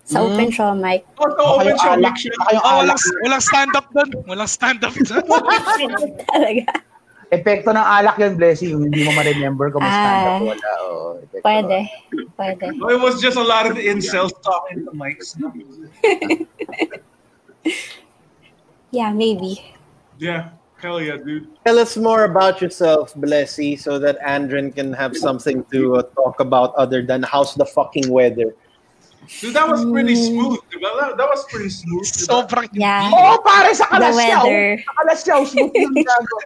[SPEAKER 12] Sa
[SPEAKER 7] Hmm?
[SPEAKER 12] open show mic.
[SPEAKER 4] Oh, no, open
[SPEAKER 9] Kayong
[SPEAKER 4] show.
[SPEAKER 9] alak, kayong
[SPEAKER 7] Oh,
[SPEAKER 9] alak.
[SPEAKER 7] walang, walang stand-up doon. Walang stand-up
[SPEAKER 3] (laughs)
[SPEAKER 7] doon.
[SPEAKER 12] Talaga.
[SPEAKER 9] Epekto ng alak yun, Blessing. Hindi mo ma-remember kung mas
[SPEAKER 12] Ah.
[SPEAKER 9] stand-up o wala. Oo, epekto
[SPEAKER 12] Pwede. Pwede.
[SPEAKER 4] No, Oh, it was just a lot of incels talking to mics.
[SPEAKER 12] Yeah, maybe.
[SPEAKER 4] Yeah, hell yeah, dude.
[SPEAKER 3] Tell us more about yourself, Blessy, so that Andren can have something to uh, talk about other than how's the fucking weather.
[SPEAKER 4] Dude, that was pretty
[SPEAKER 3] Mm.
[SPEAKER 4] smooth. diba? That, that was pretty smooth. diba?
[SPEAKER 7] Sobrang
[SPEAKER 12] Yeah.
[SPEAKER 9] Oo, oh, pare, sa
[SPEAKER 12] The
[SPEAKER 9] Kalasyaw.
[SPEAKER 12] weather.
[SPEAKER 9] Sa Kalasyaw, smooth
[SPEAKER 12] (laughs)
[SPEAKER 9] yun. gago.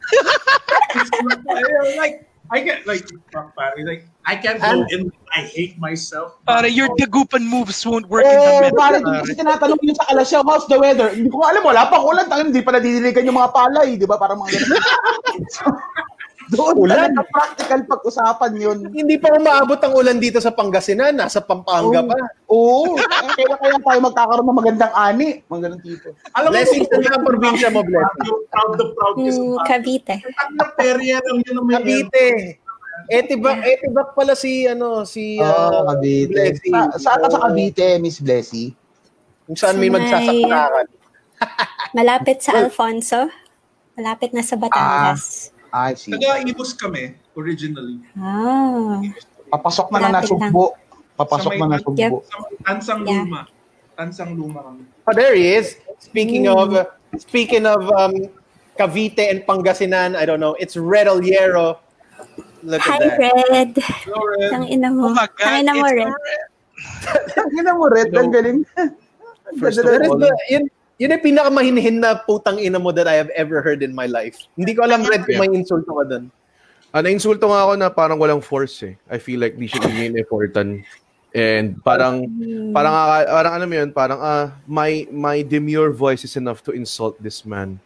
[SPEAKER 4] I- like I get like fuck, pare, like I can't go in. I hate myself.
[SPEAKER 7] Pare, your dagupan moves won't work in the
[SPEAKER 3] Oh,
[SPEAKER 9] Oo,
[SPEAKER 7] middle.
[SPEAKER 9] pare,
[SPEAKER 7] pare.
[SPEAKER 9] kasi tinatanong yun sa Kalasyaw, how's the weather? Hindi ko alam, wala pang ulan. Tangin, hindi pa nadidiligan yung mga palay, di ba? Parang mga ganun. (laughs) Doon
[SPEAKER 3] Ulan.
[SPEAKER 9] talaga practical pag-usapan yun.
[SPEAKER 3] Hindi pa umaabot ang ulan dito sa Pangasinan, nasa Pampanga pa.
[SPEAKER 9] Oo. Kaya kaya tayo magkakaroon ng magandang ani. Mga ganun tipo.
[SPEAKER 4] Alam mo,
[SPEAKER 3] Blessing sa mga probinsya mo, Blessing.
[SPEAKER 4] proud the proud kasi.
[SPEAKER 12] Mm,
[SPEAKER 4] pare.
[SPEAKER 12] Cavite.
[SPEAKER 4] Ang na perya lang yun ang may
[SPEAKER 3] Cavite. Etibak, Etibak pala si ano si
[SPEAKER 9] Oo,
[SPEAKER 3] uh,
[SPEAKER 9] Cavite.
[SPEAKER 3] Blessy.
[SPEAKER 9] Sa, saan ka sa
[SPEAKER 3] Oo.
[SPEAKER 9] Cavite, Miss Blessy?
[SPEAKER 3] Kung saan may
[SPEAKER 12] Sa may-
[SPEAKER 3] magsasaktakan.
[SPEAKER 12] Malapit
[SPEAKER 7] Hmm.
[SPEAKER 12] sa Alfonso. Malapit na sa
[SPEAKER 7] Ah.
[SPEAKER 12] Batangas.
[SPEAKER 9] I see.
[SPEAKER 4] Taga-ibos kami originally.
[SPEAKER 12] Ah.
[SPEAKER 9] Papasok na na
[SPEAKER 12] Malapit lang.
[SPEAKER 9] nasugbo. Papasok
[SPEAKER 4] Sa may-
[SPEAKER 9] na nasugbo.
[SPEAKER 4] Tansang
[SPEAKER 12] Yeah.
[SPEAKER 4] Luma. Tansang Luma kami.
[SPEAKER 3] Oh, there he is. Speaking of
[SPEAKER 12] Hmm.
[SPEAKER 3] speaking of um, Cavite and Pangasinan, I don't know. It's Red Oliero. Look
[SPEAKER 12] Hi,
[SPEAKER 3] at that.
[SPEAKER 12] Red.
[SPEAKER 4] Hello, Red.
[SPEAKER 12] Tang ina mo.
[SPEAKER 7] Oh my God,
[SPEAKER 12] Tang ina mo,
[SPEAKER 7] it's
[SPEAKER 12] Red.
[SPEAKER 9] Tangina mo, Red. Ang galing.
[SPEAKER 3] First of all, yun, yun yung pinakamahinhin na putang ina mo that I have ever heard in my life. Hindi ko alam, Red, kung may insulto ka doon.
[SPEAKER 13] Ah, nainsulto nga ako na parang walang force eh. I feel like di siya in effortan. And parang
[SPEAKER 12] Mm.
[SPEAKER 13] parang aka- parang alam mo yun, parang ah my my demure voice is enough to insult this man.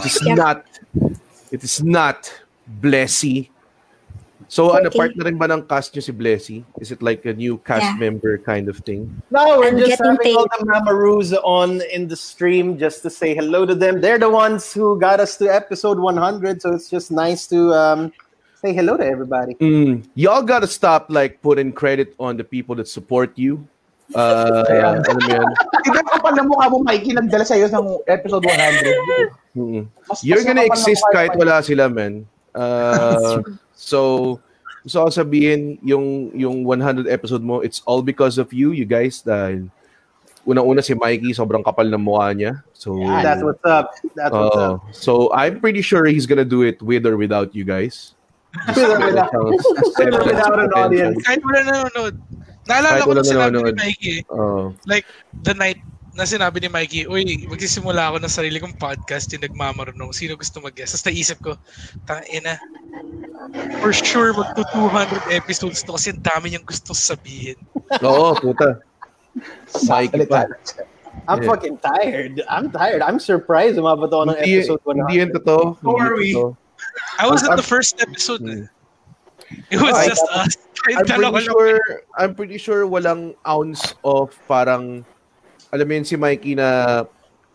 [SPEAKER 13] It is
[SPEAKER 12] Yeah.
[SPEAKER 13] not it is not Blessy. So ano
[SPEAKER 12] Okay.
[SPEAKER 13] part na rin ba ng cast niyo si Blessy? Is it like a new cast
[SPEAKER 12] Yeah.
[SPEAKER 13] member kind of thing?
[SPEAKER 3] No,
[SPEAKER 12] I'm
[SPEAKER 3] we're just
[SPEAKER 12] getting
[SPEAKER 3] having all
[SPEAKER 12] paid.
[SPEAKER 3] the Mamaroos on in the stream just to say hello to them. They're the ones who got us to episode 100, so it's just nice to um, say hello to everybody.
[SPEAKER 13] Mm. Y'all gotta stop like putting credit on the people that support you Ah, ano mo yun?
[SPEAKER 9] (laughs) Tignan ko pala mukha mo, Mikey, nagdala sa'yo ng episode 100.
[SPEAKER 13] Mm-mm.
[SPEAKER 9] Mas-
[SPEAKER 13] You're
[SPEAKER 9] mas
[SPEAKER 13] gonna
[SPEAKER 9] nakapal na
[SPEAKER 13] exist
[SPEAKER 9] mukha
[SPEAKER 13] kahit
[SPEAKER 9] pa yun. (laughs)
[SPEAKER 13] wala sila, man. Uh, so, gusto ko sabihin, yung, yung 100 episode mo, it's all because of you, you guys. Dahil, unang-una si Mikey, sobrang kapal ng mukha niya. So,
[SPEAKER 3] That's what's up. That's what's
[SPEAKER 13] Oo. (laughs)
[SPEAKER 3] up.
[SPEAKER 13] So, I'm pretty sure he's gonna do it with or without you guys.
[SPEAKER 3] With or without- with or (laughs) without an audience.
[SPEAKER 7] Kahit wala nanonood. Naalala
[SPEAKER 13] Kahit
[SPEAKER 7] ko
[SPEAKER 13] wala
[SPEAKER 7] nung sinabi ni
[SPEAKER 13] nanonood. Oh.
[SPEAKER 7] Mikey eh.
[SPEAKER 13] Oo.
[SPEAKER 7] Like, the night na sinabi ni Mikey, Uy, magsisimula ako ng sarili kong podcast yung nagmamarunong. Sino gusto mag-guest? Tapos naisip ko, tangina, for sure magto-200 episodes to kasi ang dami niyang gustong sabihin.
[SPEAKER 13] Oo, puta. Mikey pa.
[SPEAKER 3] I'm
[SPEAKER 13] Yeah.
[SPEAKER 3] fucking tired. I'm tired. I'm surprised umabot ako ng
[SPEAKER 13] Hindi-
[SPEAKER 3] episode 100.
[SPEAKER 13] Hindi yan totoo. Hindi yan totoo.
[SPEAKER 7] I was at the first episode. eh. It was
[SPEAKER 13] Hmm. Ay,
[SPEAKER 7] just us.
[SPEAKER 13] I'm pretty sure, I'm pretty sure walang ounce of parang, alam mo yun si Mikey na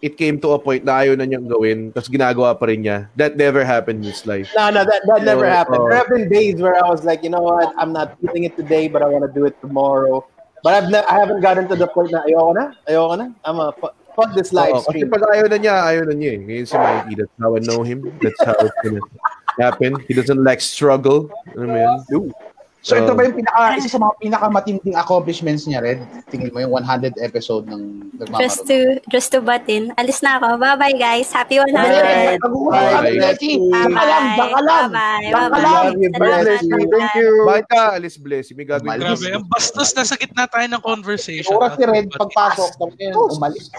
[SPEAKER 13] it came to a point na ayaw na niyang gawin, tapos ginagawa pa rin niya. That never happened in his life.
[SPEAKER 3] No, no, that, that never
[SPEAKER 13] So,
[SPEAKER 3] happened.
[SPEAKER 13] oh.
[SPEAKER 3] There have been days where I was like, you know what, I'm not feeling it today, but I want to do it tomorrow. But I've ne- I haven't gotten to the point na ayoko na, ayoko na. I'm a fu- fuck this live
[SPEAKER 13] Oo, Kasi
[SPEAKER 3] stream.
[SPEAKER 13] Oh, pag ayaw na niya, ayaw na niya eh. Ngayon si Mikey, that's how I know him. That's how it's gonna happen. He doesn't like struggle. Ano mo yun?
[SPEAKER 9] So ito ba yung pinaka, isa sa mga pinakamatinding accomplishments niya, Red? Tingin mo yung 100 episode ng
[SPEAKER 12] Just
[SPEAKER 9] Nagmamarunong.
[SPEAKER 12] to, just to butt in. Alis na ako. Bye-bye, guys. Happy 100.
[SPEAKER 9] Bye.
[SPEAKER 13] Bye.
[SPEAKER 9] Baka lang, baka lang.
[SPEAKER 12] Bye-bye.
[SPEAKER 9] Baka
[SPEAKER 12] Bye-bye.
[SPEAKER 9] lang.
[SPEAKER 13] Thank you. Bye ka, Alice Blessy. May gagawin.
[SPEAKER 7] Grabe, ang bastos. Nasa gitna tayo ng conversation.
[SPEAKER 9] Oras ni Red, pagpasok, tapos yun, umalis.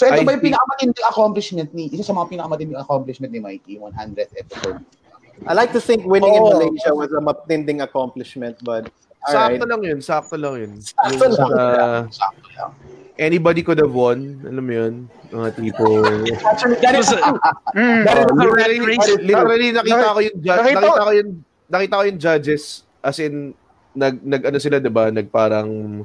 [SPEAKER 9] So ito
[SPEAKER 13] I
[SPEAKER 9] ba yung
[SPEAKER 13] think-
[SPEAKER 9] pinakamatinding accomplishment ni, isa sa mga pinakamatinding accomplishment ni Mikey, 100 episode?
[SPEAKER 3] I like to think winning
[SPEAKER 13] Oh.
[SPEAKER 9] Oo.
[SPEAKER 3] in Malaysia was a matinding accomplishment, but alright.
[SPEAKER 13] Sakto lang yun. Sakto lang yun.
[SPEAKER 3] Sakto
[SPEAKER 13] Yung
[SPEAKER 3] lang.
[SPEAKER 13] sa- Anybody could have won. Alam mo yun? Mga tipo...
[SPEAKER 9] Actually, that is...
[SPEAKER 13] Mm.
[SPEAKER 9] That is
[SPEAKER 13] Oh,
[SPEAKER 9] a
[SPEAKER 13] literally,
[SPEAKER 9] rat race.
[SPEAKER 13] literally, nakita ko yung ju-
[SPEAKER 9] Nakita-
[SPEAKER 13] nakita ko yung nakita ko yung judges as in nag nag ano sila 'di ba nagparang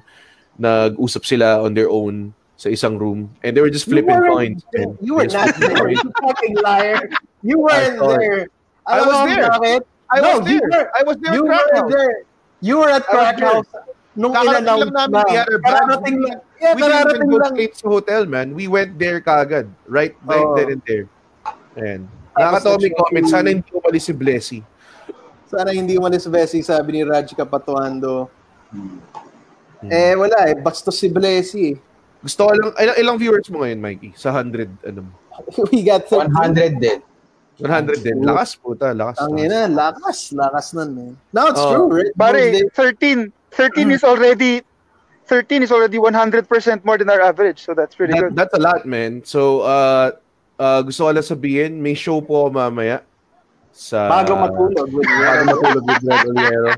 [SPEAKER 13] nag-usap sila on their own sa isang room and they were just flipping coins.
[SPEAKER 3] weren't
[SPEAKER 13] man.
[SPEAKER 3] You were
[SPEAKER 13] Just
[SPEAKER 3] not
[SPEAKER 13] flipping (laughs)
[SPEAKER 3] there.
[SPEAKER 13] coins.
[SPEAKER 3] You fucking liar. You
[SPEAKER 13] I
[SPEAKER 3] weren't
[SPEAKER 13] saw it.
[SPEAKER 3] there.
[SPEAKER 13] I
[SPEAKER 3] Alam
[SPEAKER 13] was
[SPEAKER 3] mo
[SPEAKER 13] there.
[SPEAKER 3] bakit?
[SPEAKER 13] I
[SPEAKER 3] No,
[SPEAKER 13] was
[SPEAKER 3] you
[SPEAKER 13] there.
[SPEAKER 3] were-
[SPEAKER 13] I was there
[SPEAKER 3] You
[SPEAKER 13] at Crack
[SPEAKER 3] were
[SPEAKER 13] House.
[SPEAKER 3] there. You were
[SPEAKER 13] I
[SPEAKER 3] at
[SPEAKER 13] was
[SPEAKER 3] Crack
[SPEAKER 13] there.
[SPEAKER 3] House nung
[SPEAKER 13] Kakarating
[SPEAKER 3] in-announce
[SPEAKER 13] lang namin
[SPEAKER 3] na.
[SPEAKER 13] the other branch.
[SPEAKER 3] Kararating lang. Yeah,
[SPEAKER 13] we didn't even
[SPEAKER 3] kararating
[SPEAKER 13] go
[SPEAKER 3] lang.
[SPEAKER 13] straight sa hotel, man. We went there kagad. Right, right
[SPEAKER 5] Oh.
[SPEAKER 3] Oo.
[SPEAKER 13] then and there. Ayan. Nakakatawa may comment. Sana hindi umalis si Blessy.
[SPEAKER 3] Sana hindi umalis si Bessie, sabi ni Raj Kapatuando.
[SPEAKER 13] Hmm.
[SPEAKER 3] Eh, wala eh. Bastos si Blessy. eh.
[SPEAKER 13] Gusto ko lang, ilang, ilang viewers mo ngayon, Mikey? Sa 100, ano?
[SPEAKER 3] (laughs) We got
[SPEAKER 9] 100 din.
[SPEAKER 13] 100 din. Lakas, puta. Lakas.
[SPEAKER 3] Ang
[SPEAKER 13] lakas.
[SPEAKER 3] ina, lakas. Lakas nun, man. No, it's
[SPEAKER 13] Oh.
[SPEAKER 3] true. Red Bulls,
[SPEAKER 5] Pare,
[SPEAKER 3] they-
[SPEAKER 5] 13. 13 is already 13 is already 100% more than our average. So that's pretty
[SPEAKER 13] That-
[SPEAKER 5] good.
[SPEAKER 13] that's a lot, man. So, uh, uh, gusto ko lang sabihin, may show po ako mamaya. Sa,
[SPEAKER 3] Ah. Bago matulog. with
[SPEAKER 13] Bago
[SPEAKER 3] Red.
[SPEAKER 13] matulog with Red Oliero.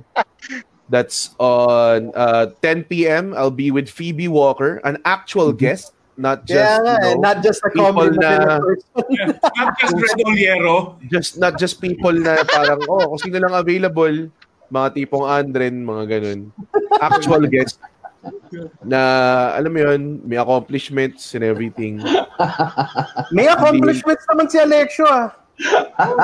[SPEAKER 13] That's on uh, 10 p.m. I'll be with Phoebe Walker, an actual guest, not just
[SPEAKER 3] Kaya nga, eh,
[SPEAKER 13] you know,
[SPEAKER 3] not just a
[SPEAKER 13] people
[SPEAKER 3] comment na,
[SPEAKER 13] na-
[SPEAKER 4] Not just Red Oliero.
[SPEAKER 13] just not just people na parang oh kung sino lang available mga tipong Andren mga ganun actual guest na alam mo yun may accomplishments and everything (laughs)
[SPEAKER 3] May accomplishments naman si Alexio ah.
[SPEAKER 13] Oh,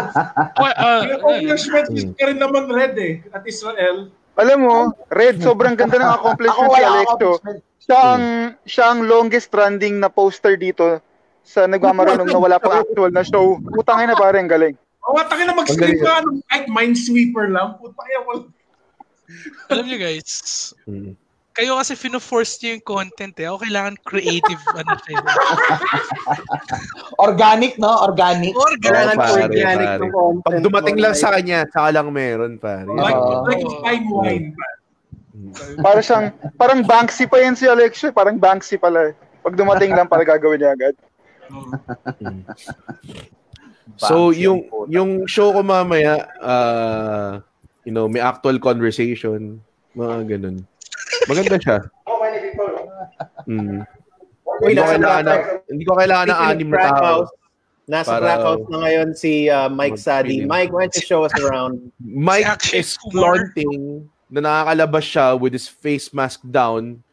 [SPEAKER 7] Well, uh,
[SPEAKER 4] Yung accomplishment is
[SPEAKER 13] Mm.
[SPEAKER 4] ka rin naman Red eh, at Israel.
[SPEAKER 5] Alam mo, Red, sobrang ganda ng accomplishment
[SPEAKER 9] (laughs) Ako
[SPEAKER 5] si
[SPEAKER 9] wala
[SPEAKER 5] Alexo.
[SPEAKER 9] accomplishment.
[SPEAKER 5] Siya ang, siya ang longest running na poster dito sa nagmamarunong na wala pang actual na show. Putangin na pare, ang galing.
[SPEAKER 4] O, oh, takin na mag-screen ka. Anong kahit Minesweeper lang. Puta kaya wala.
[SPEAKER 7] uh, alam niyo guys,
[SPEAKER 13] Hmm.
[SPEAKER 7] kayo kasi fino-force niyo yung content eh. Ako kailangan
[SPEAKER 13] (laughs)
[SPEAKER 7] creative ano siya.
[SPEAKER 9] Organic, no? Organic.
[SPEAKER 13] Kailangan
[SPEAKER 7] Organic.
[SPEAKER 13] Oh, pare,
[SPEAKER 3] organic Oh,
[SPEAKER 13] pare.
[SPEAKER 3] ng content. eh.
[SPEAKER 13] pag dumating lang sa kanya saka lang meron pare
[SPEAKER 4] Like,
[SPEAKER 9] Oo.
[SPEAKER 4] like fine wine.
[SPEAKER 5] Para siyang, parang Banksy pa yan si Alexio. Parang Banksy pala. eh. Pag dumating lang, para gagawin niya agad.
[SPEAKER 13] so yung yung show ko mamaya uh, you know may actual conversation mga ganun maganda siya Mm.
[SPEAKER 3] Uy,
[SPEAKER 13] hindi ko
[SPEAKER 3] nasa
[SPEAKER 13] kailangan na,
[SPEAKER 3] Black House.
[SPEAKER 13] hindi ko kailangan na
[SPEAKER 3] Speaking of
[SPEAKER 13] anim na
[SPEAKER 3] Crack
[SPEAKER 13] tao
[SPEAKER 3] House, Nasa
[SPEAKER 13] Para-
[SPEAKER 3] Black House na ngayon si uh, Mike Sadi.
[SPEAKER 13] Mag-video.
[SPEAKER 3] Mike, why don't you show us around?
[SPEAKER 13] Mike
[SPEAKER 7] Si Akshay
[SPEAKER 13] is
[SPEAKER 7] Kumar.
[SPEAKER 13] flaunting na nakakalabas siya with his face mask down.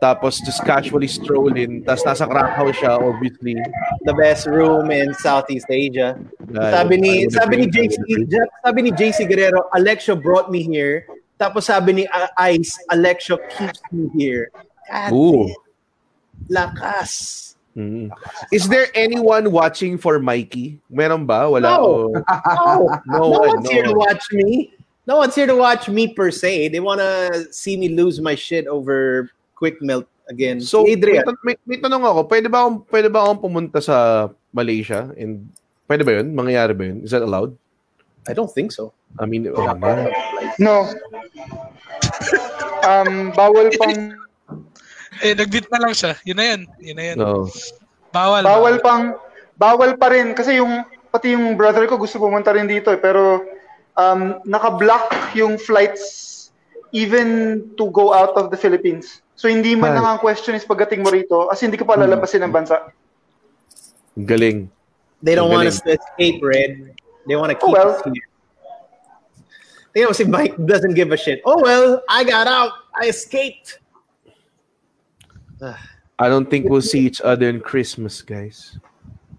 [SPEAKER 13] Tapos just casually strolling. Tapos nasa crack house siya, obviously.
[SPEAKER 3] The best room in Southeast Asia.
[SPEAKER 13] Dahil-
[SPEAKER 3] sabi ni
[SPEAKER 13] dahil-
[SPEAKER 3] sabi ni
[SPEAKER 13] dahil-
[SPEAKER 3] JC sabi ni JC Guerrero, Alexio brought me here. Tapos sabi ni A- Ice, Alexio keeps me here. God,
[SPEAKER 13] Ooh. (laughs)
[SPEAKER 3] Lakas.
[SPEAKER 13] Mm. Is there anyone watching for Mikey? Meron ba? Wala
[SPEAKER 3] No.
[SPEAKER 13] ko.
[SPEAKER 3] No,
[SPEAKER 13] No
[SPEAKER 3] no,
[SPEAKER 13] one,
[SPEAKER 3] one's
[SPEAKER 13] no
[SPEAKER 3] here to
[SPEAKER 13] one.
[SPEAKER 3] watch me. No one's here to watch me per se. They want to see me lose my shit over quick melt again.
[SPEAKER 13] So, May,
[SPEAKER 3] Adrian.
[SPEAKER 13] tan- may, may tanong ako, pwede ba akong, pwede ba akong pumunta sa Malaysia? And, pwede ba yun? Mangyayari ba yun? Is that allowed?
[SPEAKER 3] I don't think so.
[SPEAKER 13] I mean, oh, man.
[SPEAKER 5] No. Um, bawal pang
[SPEAKER 7] Eh, nag-beat na lang siya. Yun na yun. Yun na yun.
[SPEAKER 13] No.
[SPEAKER 7] Bawal.
[SPEAKER 5] Bawal pang bawal pa rin kasi yung pati yung brother ko gusto pumunta rin dito eh, pero um naka-block yung flights even to go out of the Philippines. So hindi man
[SPEAKER 13] Right.
[SPEAKER 5] lang ang question is pagdating mo rito as hindi ka
[SPEAKER 13] Hmm.
[SPEAKER 5] pa lalabasin ng bansa.
[SPEAKER 13] Ang Galing.
[SPEAKER 3] They don't
[SPEAKER 13] Ang
[SPEAKER 3] want
[SPEAKER 13] galing.
[SPEAKER 3] us to escape, Red. They want to keep
[SPEAKER 5] Oh, well.
[SPEAKER 3] us here. You know, see, Mike doesn't give a shit. Oh, well, I got out. I escaped.
[SPEAKER 13] I don't think we'll see each other in Christmas, guys.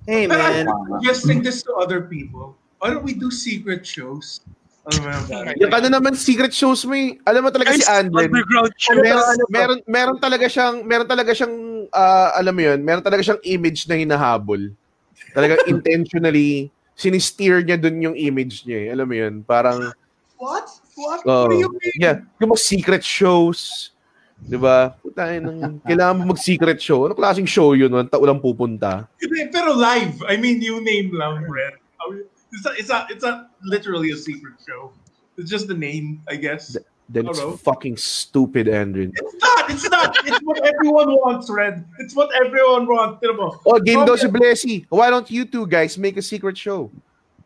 [SPEAKER 3] Hey,
[SPEAKER 4] But
[SPEAKER 3] man.
[SPEAKER 4] I'm suggesting this to other people. Why don't we do secret shows? Alam mo yun, parang-
[SPEAKER 13] Yung ano naman, secret shows mo eh. Alam mo talaga si Andren.
[SPEAKER 7] Underground shows.
[SPEAKER 13] Meron, meron, meron talaga siyang, meron talaga siyang, ah, alam mo yun, meron talaga siyang image na hinahabol. Talaga intentionally, sinisteer niya dun yung image niya eh. Alam mo yun, parang,
[SPEAKER 4] What? What?
[SPEAKER 13] Oh,
[SPEAKER 4] What do you mean?
[SPEAKER 13] yeah, yung mga secret shows, 'di ba? Putangin ng kailangan mo mag-secret show. Ano klaseng show 'yun? Ang tao lang pupunta.
[SPEAKER 4] Hindi, Pero live. I mean, you name lang, Brad. It's not, it's not, it's not literally a secret show. It's just the name, I guess.
[SPEAKER 13] Then it's
[SPEAKER 4] Hello?
[SPEAKER 13] fucking stupid, Andrin.
[SPEAKER 4] It's not. It's not. It's what everyone wants, Red. It's what everyone wants. Tira mo.
[SPEAKER 13] Oh, game daw si
[SPEAKER 4] From-
[SPEAKER 13] Blessy. Why don't you two guys make a secret show?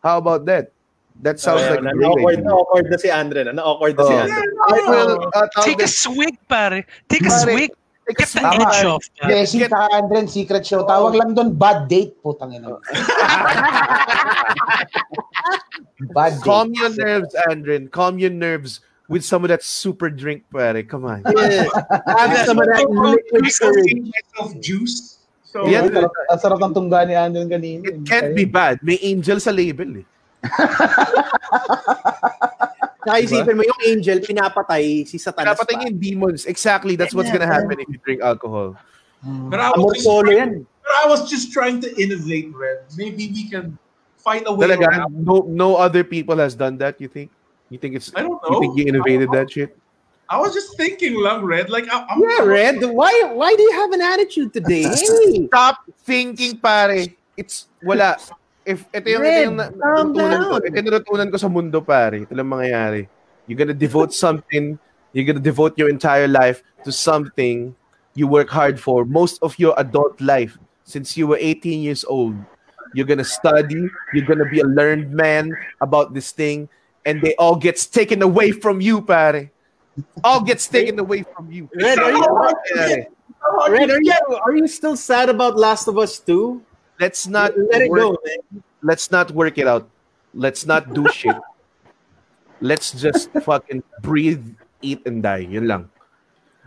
[SPEAKER 13] How about that? That (laughs) sounds like a
[SPEAKER 3] Ayan, na-
[SPEAKER 13] great
[SPEAKER 3] na-awkward,
[SPEAKER 13] idea.
[SPEAKER 3] na-awkward na si Andren. ah. Na-awkward na si
[SPEAKER 13] Oh.
[SPEAKER 3] Andren.
[SPEAKER 13] I will, uh, tawag
[SPEAKER 7] Take a
[SPEAKER 13] this-
[SPEAKER 7] swig, pare. Take a
[SPEAKER 13] Pare,
[SPEAKER 7] swig.
[SPEAKER 13] take a
[SPEAKER 7] Get the
[SPEAKER 13] swig.
[SPEAKER 7] edge off. pare.
[SPEAKER 9] Blessing ka, Andren, secret show. Tawag lang doon, bad date, putang
[SPEAKER 13] (laughs)
[SPEAKER 9] ina. bad
[SPEAKER 13] Calm
[SPEAKER 9] date.
[SPEAKER 13] your nerves, Andrin. Calm your nerves with some of that super drink, pare. Come on.
[SPEAKER 3] Yeah. Have some of that liquid courage.
[SPEAKER 4] myself juice. So
[SPEAKER 13] Yeah.
[SPEAKER 9] Ang sarap- Ang sarap ng tungga ni Andren kanina.
[SPEAKER 13] It can't be bad. May angel sa label eh.
[SPEAKER 3] Saka isipin mo, yung angel, pinapatay si Satanas
[SPEAKER 13] Dapat
[SPEAKER 3] pa.
[SPEAKER 13] yung demons. Exactly, that's what's gonna happen if you drink alcohol.
[SPEAKER 4] But I
[SPEAKER 3] Amor
[SPEAKER 4] was just
[SPEAKER 3] solo
[SPEAKER 4] trying,
[SPEAKER 3] yan.
[SPEAKER 4] but I was just trying to innovate, Red. Maybe we can find a way
[SPEAKER 13] Talaga,
[SPEAKER 4] around.
[SPEAKER 13] no, no other people has done that, you think? You think it's,
[SPEAKER 4] I don't
[SPEAKER 13] you think
[SPEAKER 4] know.
[SPEAKER 13] you innovated that shit?
[SPEAKER 4] I was just thinking, lang, Red. Like, I, I'm
[SPEAKER 3] Yeah, Red, why why do you have an attitude
[SPEAKER 13] (laughs)
[SPEAKER 3] today? Hey,
[SPEAKER 13] Stop thinking, pare. It's, wala. If, ito yung, ito
[SPEAKER 3] Red,
[SPEAKER 13] yung na-
[SPEAKER 3] calm
[SPEAKER 13] natutunan ko,
[SPEAKER 3] down.
[SPEAKER 13] ito yung natutunan ko sa mundo, pare. Ito lang mangyayari. You're gonna
[SPEAKER 3] (laughs)
[SPEAKER 13] devote something, you're gonna devote your entire life to something you work hard for most of your adult life since you were 18 years old. You're gonna study, you're gonna be a learned man about this thing, and they all gets taken away from you, pare. All gets taken away from you.
[SPEAKER 3] Red, are you, (laughs) Red, are you, are you still sad about Last of Us 2?
[SPEAKER 13] Let's not
[SPEAKER 3] Let, let it
[SPEAKER 13] work-
[SPEAKER 3] go, man.
[SPEAKER 13] let's not work it out. Let's not do shit. Let's just fucking breathe, eat, and die. Yun lang.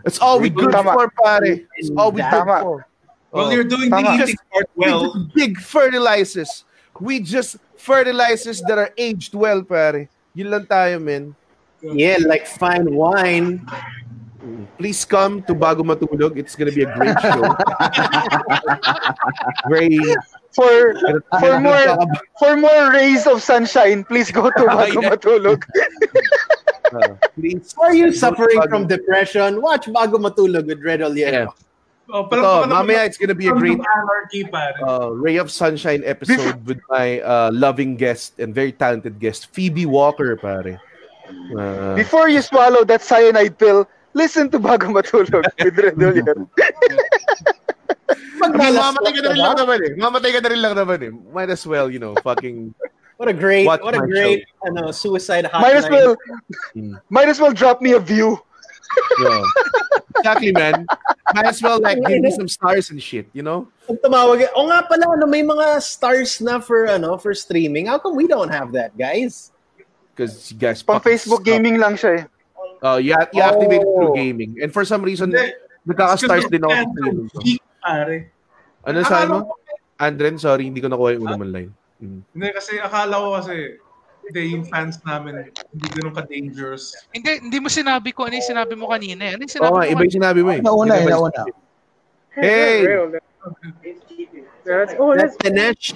[SPEAKER 13] That's all we good
[SPEAKER 5] Tama.
[SPEAKER 13] for, pare. It's all we good
[SPEAKER 5] Tama.
[SPEAKER 13] for.
[SPEAKER 4] Well,
[SPEAKER 13] Oh.
[SPEAKER 4] you're doing
[SPEAKER 5] Tama.
[SPEAKER 4] the eating part
[SPEAKER 13] We
[SPEAKER 4] well.
[SPEAKER 13] just dig fertilizers. We just fertilizers that are aged well, pare. Yun lang tayo, man.
[SPEAKER 3] Yeah, like fine wine.
[SPEAKER 13] Please come to Bago Matulog. It's gonna be a great
[SPEAKER 3] (laughs)
[SPEAKER 13] show. great.
[SPEAKER 5] For for
[SPEAKER 13] Gonna
[SPEAKER 5] more
[SPEAKER 13] talk about-
[SPEAKER 5] for more rays of sunshine, please
[SPEAKER 13] (laughs)
[SPEAKER 5] go to Bago Matulog.
[SPEAKER 13] Uh, please.
[SPEAKER 3] Are you suffering from depression? Watch Bago Matulog with Red
[SPEAKER 13] Yeah.
[SPEAKER 3] Oliero.
[SPEAKER 4] Oh, pero
[SPEAKER 13] Ito,
[SPEAKER 4] baka naman-
[SPEAKER 13] mamaya it's gonna be a great
[SPEAKER 4] anarchy, pare.
[SPEAKER 13] uh, Ray of Sunshine
[SPEAKER 3] (laughs)
[SPEAKER 13] episode with my uh, loving guest and very talented guest, Phoebe Walker, pare. Uh,
[SPEAKER 5] Before you swallow that cyanide pill, listen to Bago Matulog (laughs) with Red Olier.
[SPEAKER 13] I mean, mamatay
[SPEAKER 3] Pagmalas-
[SPEAKER 13] ka na rin lang naman eh. Mamatay ka na rin lang naman eh. Might as well, you know, fucking...
[SPEAKER 3] What a great,
[SPEAKER 13] Watch
[SPEAKER 3] what a
[SPEAKER 13] my
[SPEAKER 3] great ano, suicide hotline.
[SPEAKER 5] Might as well
[SPEAKER 13] Mm.
[SPEAKER 5] might as well drop me a view.
[SPEAKER 13] yeah. Exactly, man. Might as well, like, give me some stars and shit, you know?
[SPEAKER 3] Pag tumawag, oh nga pala, ano, may mga stars na for, ano, for streaming. How come we don't have that, guys?
[SPEAKER 13] Because you guys...
[SPEAKER 5] Pang
[SPEAKER 13] fucking
[SPEAKER 5] Facebook
[SPEAKER 13] suck.
[SPEAKER 5] gaming lang siya eh.
[SPEAKER 13] Oh, you, ha- you activate it through
[SPEAKER 3] Oh.
[SPEAKER 13] gaming. And for some reason,
[SPEAKER 4] Hindi.
[SPEAKER 13] nagkaka-stars din ako. sa
[SPEAKER 4] Fans
[SPEAKER 13] streaming ko.
[SPEAKER 4] of geek, pare.
[SPEAKER 13] Ano sabi mo? Andren, sorry, hindi ko nakuha yung unang line. Mm.
[SPEAKER 4] Hindi, kasi akala ko kasi hindi, yung fans namin, hindi ganun ka-dangerous.
[SPEAKER 7] Hindi, hindi mo sinabi ko ano yung sinabi mo kanina. eh. Ano yung sinabi
[SPEAKER 13] Oo nga,
[SPEAKER 7] mo
[SPEAKER 13] iba yung
[SPEAKER 7] kanina?
[SPEAKER 13] sinabi mo eh.
[SPEAKER 7] Nauna eh,
[SPEAKER 13] Iba yung-
[SPEAKER 7] nauna.
[SPEAKER 13] Hey!
[SPEAKER 14] That's, oh, that's,
[SPEAKER 13] Dinesh.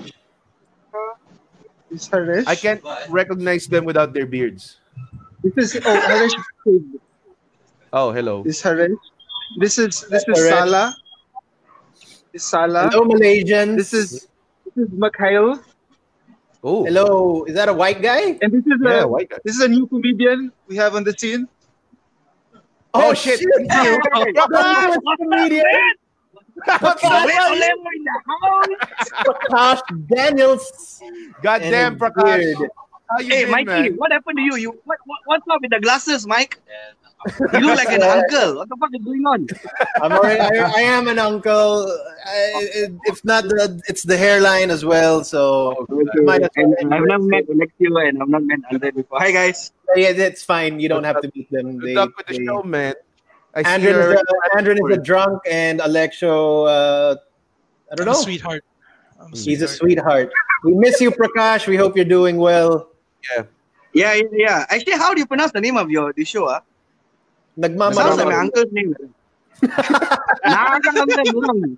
[SPEAKER 13] I can't recognize them without their beards.
[SPEAKER 14] This is oh Harish.
[SPEAKER 13] Oh, hello.
[SPEAKER 14] This is Harish. This is this is
[SPEAKER 13] Harish.
[SPEAKER 14] Sala. This is Sala.
[SPEAKER 3] Hello, Malaysians.
[SPEAKER 14] This is this is Mikhail.
[SPEAKER 13] Oh.
[SPEAKER 3] Hello. Is that a white guy?
[SPEAKER 14] And this is
[SPEAKER 3] Yeah,
[SPEAKER 14] a
[SPEAKER 3] white guy.
[SPEAKER 14] this is a new comedian we have on the team.
[SPEAKER 3] Oh, shit.
[SPEAKER 14] Hey!
[SPEAKER 3] Prakash Daniels.
[SPEAKER 13] Goddamn,
[SPEAKER 3] And
[SPEAKER 13] Prakash.
[SPEAKER 3] beard.
[SPEAKER 13] How you
[SPEAKER 15] Hey,
[SPEAKER 13] been,
[SPEAKER 15] Mikey,
[SPEAKER 13] man?
[SPEAKER 15] what happened to you? You what, what what's up with the glasses, Mike? You look (laughs) like an
[SPEAKER 3] Yeah.
[SPEAKER 15] uncle. What the fuck is going on?
[SPEAKER 3] I'm already, I, I am an uncle. I, it, it's not the it's the hairline as well, so might as well
[SPEAKER 15] And I've not met Alexio and I've not met Andre before. Hi guys.
[SPEAKER 3] Yeah, that's fine. You don't have to meet them. They,
[SPEAKER 13] luck with the show, man. I see
[SPEAKER 3] Andrew
[SPEAKER 13] you're
[SPEAKER 3] is,
[SPEAKER 13] already
[SPEAKER 3] a, Andrew is a drunk, and Alexio, uh, I don't
[SPEAKER 7] I'm a
[SPEAKER 3] know.
[SPEAKER 7] sweetheart. I'm a
[SPEAKER 3] He's a sweetheart. We miss you, Prakash. We hope you're doing well.
[SPEAKER 13] Yeah.
[SPEAKER 15] Yeah, yeah, yeah. Actually, how do you pronounce the name of your the show? Ah,
[SPEAKER 3] Nagmamaraw.
[SPEAKER 15] sounds like my uncle's name. (laughs)
[SPEAKER 14] (laughs)
[SPEAKER 15] Nagamuram.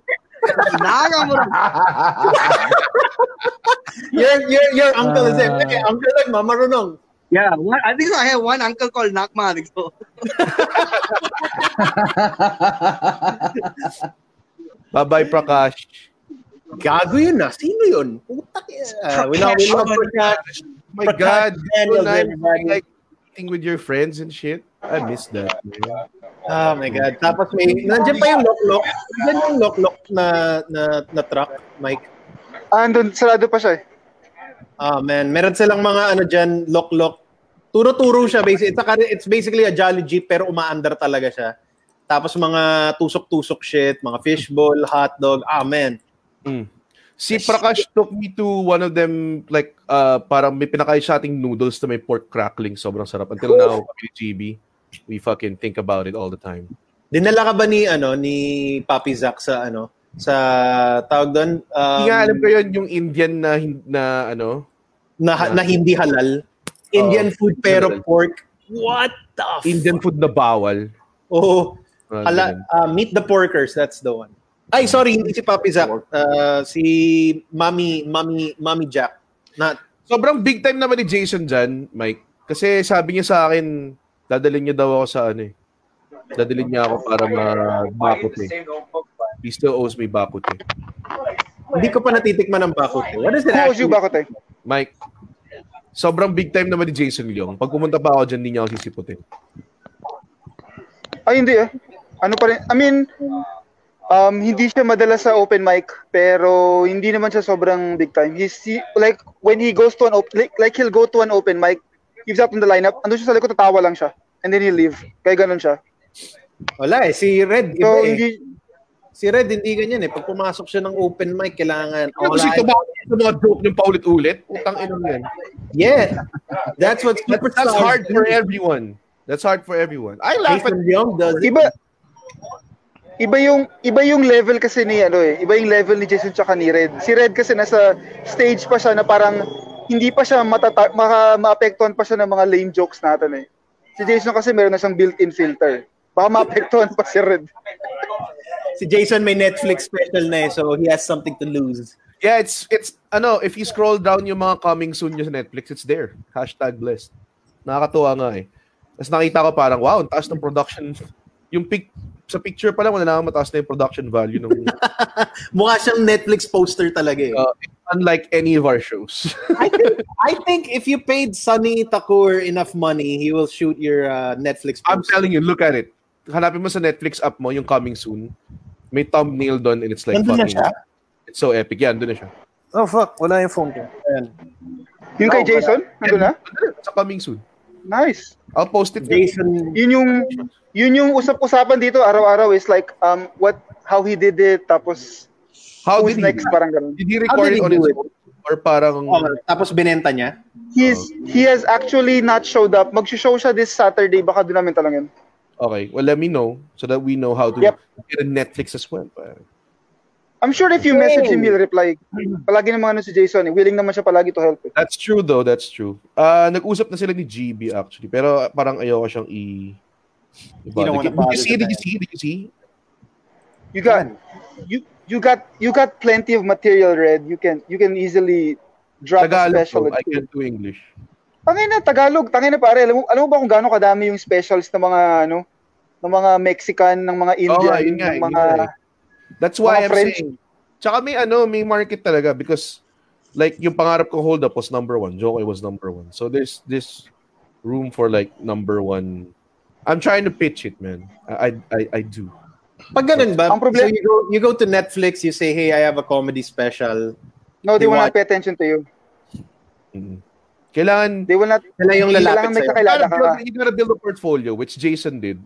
[SPEAKER 15] Nagamuram.
[SPEAKER 3] Your your your uncle is
[SPEAKER 13] Ah.
[SPEAKER 3] it? Okay, uncle like mamarunong.
[SPEAKER 15] Yeah, one, I think I have one uncle called Nakma. So.
[SPEAKER 13] Bye-bye, Prakash.
[SPEAKER 3] Gago yun na. Sino yun? Puta ka. We love, we love Prakash.
[SPEAKER 13] My
[SPEAKER 3] Prakash
[SPEAKER 13] God.
[SPEAKER 3] Daniels,
[SPEAKER 13] Good night.
[SPEAKER 3] everybody.
[SPEAKER 13] Like, eating with your friends and shit. I miss that. man.
[SPEAKER 3] Oh my God. Tapos may, nandiyan pa yung loklok. Nandiyan yung loklok na, na, na truck, Mike.
[SPEAKER 5] Ah, andun, sarado pa siya eh.
[SPEAKER 3] Ah man, meron silang mga ano dyan, loklok. Turo-turo siya. Basically, it's, a- it's basically a Jolly Jeep pero umaandar talaga siya. Tapos mga tusok-tusok shit, mga fishbowl, hotdog. Ah man.
[SPEAKER 13] Si Prakash took me to one of them, like, uh, parang may pinakain siya ating noodles na may pork crackling. Sobrang sarap. Until now, kami ni GB, we fucking think about it all the time.
[SPEAKER 3] Dinala ka ba ni ano ni Papi Zack sa ano sa tawag doon? Um,
[SPEAKER 13] Hindi nga alam ko yun, yung Indian na, hin- na ano?
[SPEAKER 3] na, na hindi halal.
[SPEAKER 13] Oh,
[SPEAKER 3] Indian food pero pork. What the
[SPEAKER 13] Indian food na bawal.
[SPEAKER 3] Oh,
[SPEAKER 13] Ah,
[SPEAKER 3] hala, ah, meet the porkers, that's the one. Ay, sorry, hindi si Papi Zack. Ah, si Mami, Mami, Mami Jack. Not
[SPEAKER 13] Sobrang big time naman ni Jason dyan, Mike. Kasi sabi niya sa akin, dadalhin niya daw ako sa ano eh. Dadalhin niya ako para ma-bakot eh. He still owes me bakot eh.
[SPEAKER 3] Hindi ko pa natitikman ang bakote. What is it
[SPEAKER 5] Who owes you
[SPEAKER 3] actually?
[SPEAKER 5] bakot eh?
[SPEAKER 13] Mike, sobrang big time naman ni Jason Leong. Pag pumunta pa ako dyan, hindi niya ako sisiputin.
[SPEAKER 5] Ay, hindi eh. Ano pa rin, I mean, um, hindi siya madalas sa open mic, pero hindi naman siya sobrang big time. He's, he, like, when he goes to an open, like, like, he'll go to an open mic, he's up in the lineup, andun siya sa likod, tatawa lang siya, and then he'll leave. Kaya ganun siya.
[SPEAKER 3] Wala eh, si Red iba
[SPEAKER 5] So,
[SPEAKER 3] eh.
[SPEAKER 5] hindi-
[SPEAKER 3] Si Red hindi ganyan eh. Pag pumasok siya ng open mic, kailangan
[SPEAKER 13] Tapos
[SPEAKER 3] online.
[SPEAKER 13] ito ba ito mga joke ng paulit-ulit? Utang ino yan.
[SPEAKER 3] Yeah. That's what
[SPEAKER 13] That's, that's hard for everyone. That's hard for everyone. I laugh at
[SPEAKER 5] Iba, iba yung iba yung level kasi ni ano eh, iba yung level ni Jason tsaka ni Red. Si Red kasi nasa stage pa siya na parang hindi pa siya matata maka, maapektuhan pa siya ng mga lame jokes natin eh. Si Jason kasi meron na siyang built-in filter. Baka maapektuhan pa si Red.
[SPEAKER 3] Si Jason may Netflix special na eh, so he has something to lose.
[SPEAKER 13] Yeah, it's it's ano, if you scroll down yung mga coming soon nyo sa Netflix, it's there. Hashtag blessed. Nakakatuwa nga eh. Tapos nakita ko parang, wow, ang taas ng production. (laughs) Yung pic, sa picture pa lang, wala na akong mataas na yung production value. uh, Ng,
[SPEAKER 3] Mukha siyang Netflix poster talaga eh.
[SPEAKER 13] uh, unlike any of our shows. (laughs)
[SPEAKER 3] I think, I think if you paid Sunny Takur enough money, he will shoot your uh, Netflix.
[SPEAKER 13] I'm telling you, look at it. Hanapin mo sa Netflix app mo, yung coming soon. May thumbnail doon and it's like
[SPEAKER 3] Nandun na
[SPEAKER 13] fucking-
[SPEAKER 3] siya?
[SPEAKER 13] It's so epic. Yan, doon na siya.
[SPEAKER 3] Oh fuck, wala yung phone ko. Ayan.
[SPEAKER 5] Yung
[SPEAKER 13] Oh,
[SPEAKER 5] kay Jason, nandun na?
[SPEAKER 13] Sa coming soon.
[SPEAKER 5] Nice.
[SPEAKER 13] I'll post it.
[SPEAKER 3] Jason.
[SPEAKER 5] Yun yung yun yung usap-usapan dito araw-araw is like um what how he did it tapos
[SPEAKER 13] How
[SPEAKER 5] who's
[SPEAKER 13] did he
[SPEAKER 5] next
[SPEAKER 13] do it?
[SPEAKER 5] parang ganun.
[SPEAKER 13] Did he record it on his own? Or parang...
[SPEAKER 3] tapos binenta niya?
[SPEAKER 5] He's, he has actually not showed up. Magsho-show siya this Saturday. Baka doon namin talangin.
[SPEAKER 13] Okay, well, let me know so that we know how to
[SPEAKER 5] Yep.
[SPEAKER 13] get a Netflix as well.
[SPEAKER 5] I'm sure if you message him, he'll reply. Palagi naman ano si Jason, eh. willing naman siya palagi to help. Eh.
[SPEAKER 13] That's true though, that's true. Ah, nag-usap na sila ni GB actually, pero parang ayaw ko siyang i... Diba?
[SPEAKER 5] don't wanna
[SPEAKER 13] Did you see?
[SPEAKER 5] bother
[SPEAKER 13] Did you see? Did you see?
[SPEAKER 5] You got you you got you got plenty of material, Red. You can you can easily drop a
[SPEAKER 13] Tagalog
[SPEAKER 5] special.
[SPEAKER 13] bro. I can't do English.
[SPEAKER 5] Tangay na, Tagalog. Tangay na pare. Alam mo, alam mo ba kung gaano kadami yung specials ng mga ano? ng mga Mexican, ng mga
[SPEAKER 13] Oo
[SPEAKER 5] Indian,
[SPEAKER 13] nga, yun nga,
[SPEAKER 5] ng
[SPEAKER 13] yun
[SPEAKER 5] mga...
[SPEAKER 13] nga eh. That's why
[SPEAKER 5] mga
[SPEAKER 13] I'm
[SPEAKER 5] French.
[SPEAKER 13] saying. Tsaka may ano, may market talaga because like yung pangarap kong hold up was number one. Joke, was number one. So there's this room for like number one. I'm trying to pitch it, man. I I I, I do.
[SPEAKER 3] Pag ganun ba?
[SPEAKER 5] Ang
[SPEAKER 3] so
[SPEAKER 5] problema-
[SPEAKER 3] you go, you go to Netflix, you say, hey, I have a comedy special.
[SPEAKER 5] No, they,
[SPEAKER 3] They
[SPEAKER 5] will
[SPEAKER 3] want-
[SPEAKER 5] not pay attention to you.
[SPEAKER 13] Kailangan
[SPEAKER 5] They will not...
[SPEAKER 3] Sila yung lalapit
[SPEAKER 5] Kailangan may
[SPEAKER 3] sa'yo.
[SPEAKER 13] You
[SPEAKER 5] kakilala ka.
[SPEAKER 13] gotta, build, you gotta build a portfolio, which Jason did.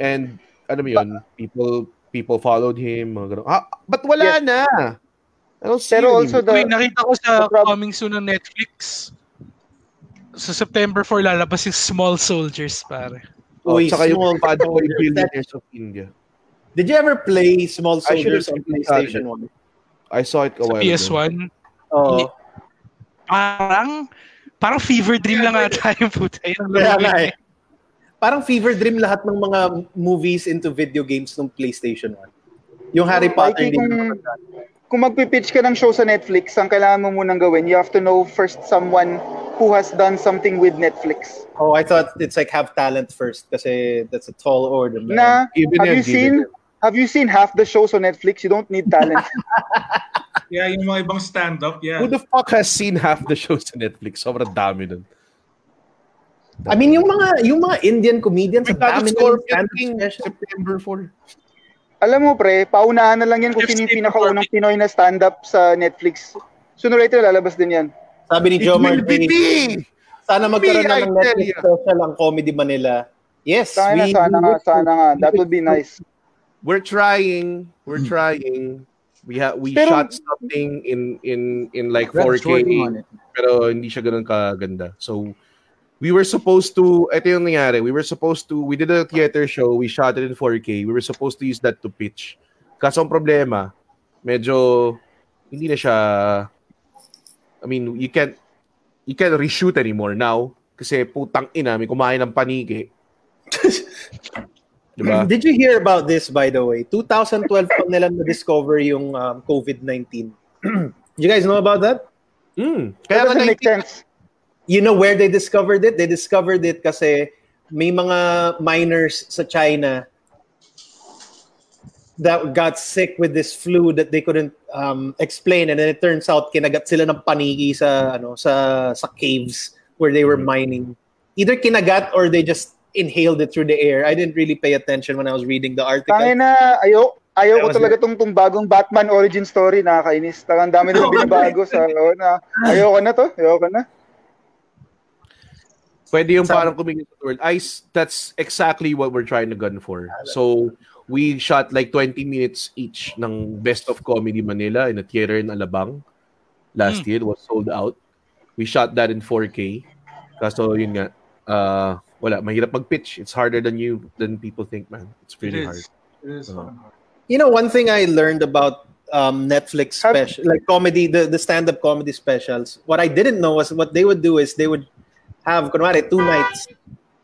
[SPEAKER 13] And alam mo yun, people people followed him. Mga ganun. ah, but wala na. I don't see
[SPEAKER 5] Pero
[SPEAKER 13] you
[SPEAKER 5] also
[SPEAKER 13] anymore.
[SPEAKER 7] Wait, nakita ko sa coming soon ng Netflix. Sa September 4 lalabas yung Small Soldiers, pare.
[SPEAKER 13] Oh, tsaka yung
[SPEAKER 3] Small
[SPEAKER 13] Bad Boy
[SPEAKER 3] Soldiers.
[SPEAKER 13] Billionaires of India.
[SPEAKER 3] Did you ever play Small
[SPEAKER 13] I should've
[SPEAKER 3] Soldiers on
[SPEAKER 13] seen that.
[SPEAKER 3] PlayStation 1?
[SPEAKER 13] I saw it a while ago.
[SPEAKER 7] PS1.
[SPEAKER 3] Oh.
[SPEAKER 7] Parang, parang fever dream lang ata
[SPEAKER 13] eh.
[SPEAKER 7] yung puta yun.
[SPEAKER 3] Kaya nga eh. Parang fever dream lahat ng mga movies into video games ng PlayStation 1. Yung Harry Potter
[SPEAKER 5] Mikey,
[SPEAKER 3] din.
[SPEAKER 5] kung, kung magpipitch ka ng show sa Netflix, ang kailangan mo munang gawin, you have to know first someone who has done something with Netflix.
[SPEAKER 3] Oh, I thought it's like have talent first kasi that's a tall order. man.
[SPEAKER 5] Na, have you seen have you seen half the shows on Netflix? You don't need talent.
[SPEAKER 4] Yeah, yung mga ibang stand-up, yeah.
[SPEAKER 13] Who the fuck has seen half the shows sa Netflix? Sobrang dami nun.
[SPEAKER 3] I mean, yung mga yung mga Indian comedians, ang
[SPEAKER 13] Ricardo
[SPEAKER 3] dami
[SPEAKER 13] Scorpion
[SPEAKER 3] nilang
[SPEAKER 13] King, September 4.
[SPEAKER 5] Alam mo pre, paunahan na lang yan kung sino yung pinakaunang Pinoy na stand-up sa Netflix. Sooner or later, lalabas din yan.
[SPEAKER 3] Sabi ni
[SPEAKER 5] It
[SPEAKER 3] Joe
[SPEAKER 5] will
[SPEAKER 3] Martin,
[SPEAKER 5] be me!
[SPEAKER 3] sana magkaroon
[SPEAKER 5] Me,
[SPEAKER 3] na
[SPEAKER 5] I
[SPEAKER 3] ng
[SPEAKER 5] tell
[SPEAKER 3] Netflix
[SPEAKER 5] ya.
[SPEAKER 3] special ang Comedy Manila. Yes,
[SPEAKER 5] Sana,
[SPEAKER 3] we
[SPEAKER 5] sana
[SPEAKER 3] do
[SPEAKER 5] nga,
[SPEAKER 3] it.
[SPEAKER 5] sana nga. That would be nice.
[SPEAKER 13] We're trying. We're trying. We ha we
[SPEAKER 5] Pero-
[SPEAKER 13] shot something in in in like
[SPEAKER 5] We're
[SPEAKER 13] 4K
[SPEAKER 5] working on it.
[SPEAKER 13] pero hindi siya ganun kaganda. So we were supposed to ito yung nangyari. We were supposed to we did a theater show, we shot it in 4K. We were supposed to use that to pitch. Kaso ang problema, medyo hindi na siya I mean, you can't you can't reshoot anymore now kasi putang ina, may kumain ng paniki. diba?
[SPEAKER 3] Did you hear about this, by the way? 2012 pa nila na-discover yung um, COVID-19. (clears throat) you guys know about that?
[SPEAKER 13] Mm.
[SPEAKER 5] That doesn't make sense.
[SPEAKER 3] You know where they discovered it? They discovered it kasi may mga miners sa China that got sick with this flu that they couldn't um, explain and then it turns out kinagat sila ng paniki sa ano sa sa caves where they were mining either kinagat or they just inhaled it through the air i didn't really pay attention when i was reading the article
[SPEAKER 5] Tangay na, ayaw, ayaw ko
[SPEAKER 3] That was
[SPEAKER 5] talaga tong, tong bagong Batman origin story. Nakakainis. Talaga ang dami nila binabago sa, oh, na, ayaw ko na to, ayaw ko na.
[SPEAKER 13] Pwede yung parang kumingin sa world. I, s- that's exactly what we're trying to gun for. So, we shot like 20 minutes each ng Best of Comedy Manila in a theater in Alabang. Last year, it was sold out. We shot that in 4K. Kaso, yun nga, uh, wala, mahirap mag-pitch. It's harder than you, than people think, man. It's really hard. Uh,
[SPEAKER 3] You know, one thing I learned about um, Netflix special, like comedy, the, the stand-up comedy specials. What I didn't know was what they would do is they would have, kunwari, two nights,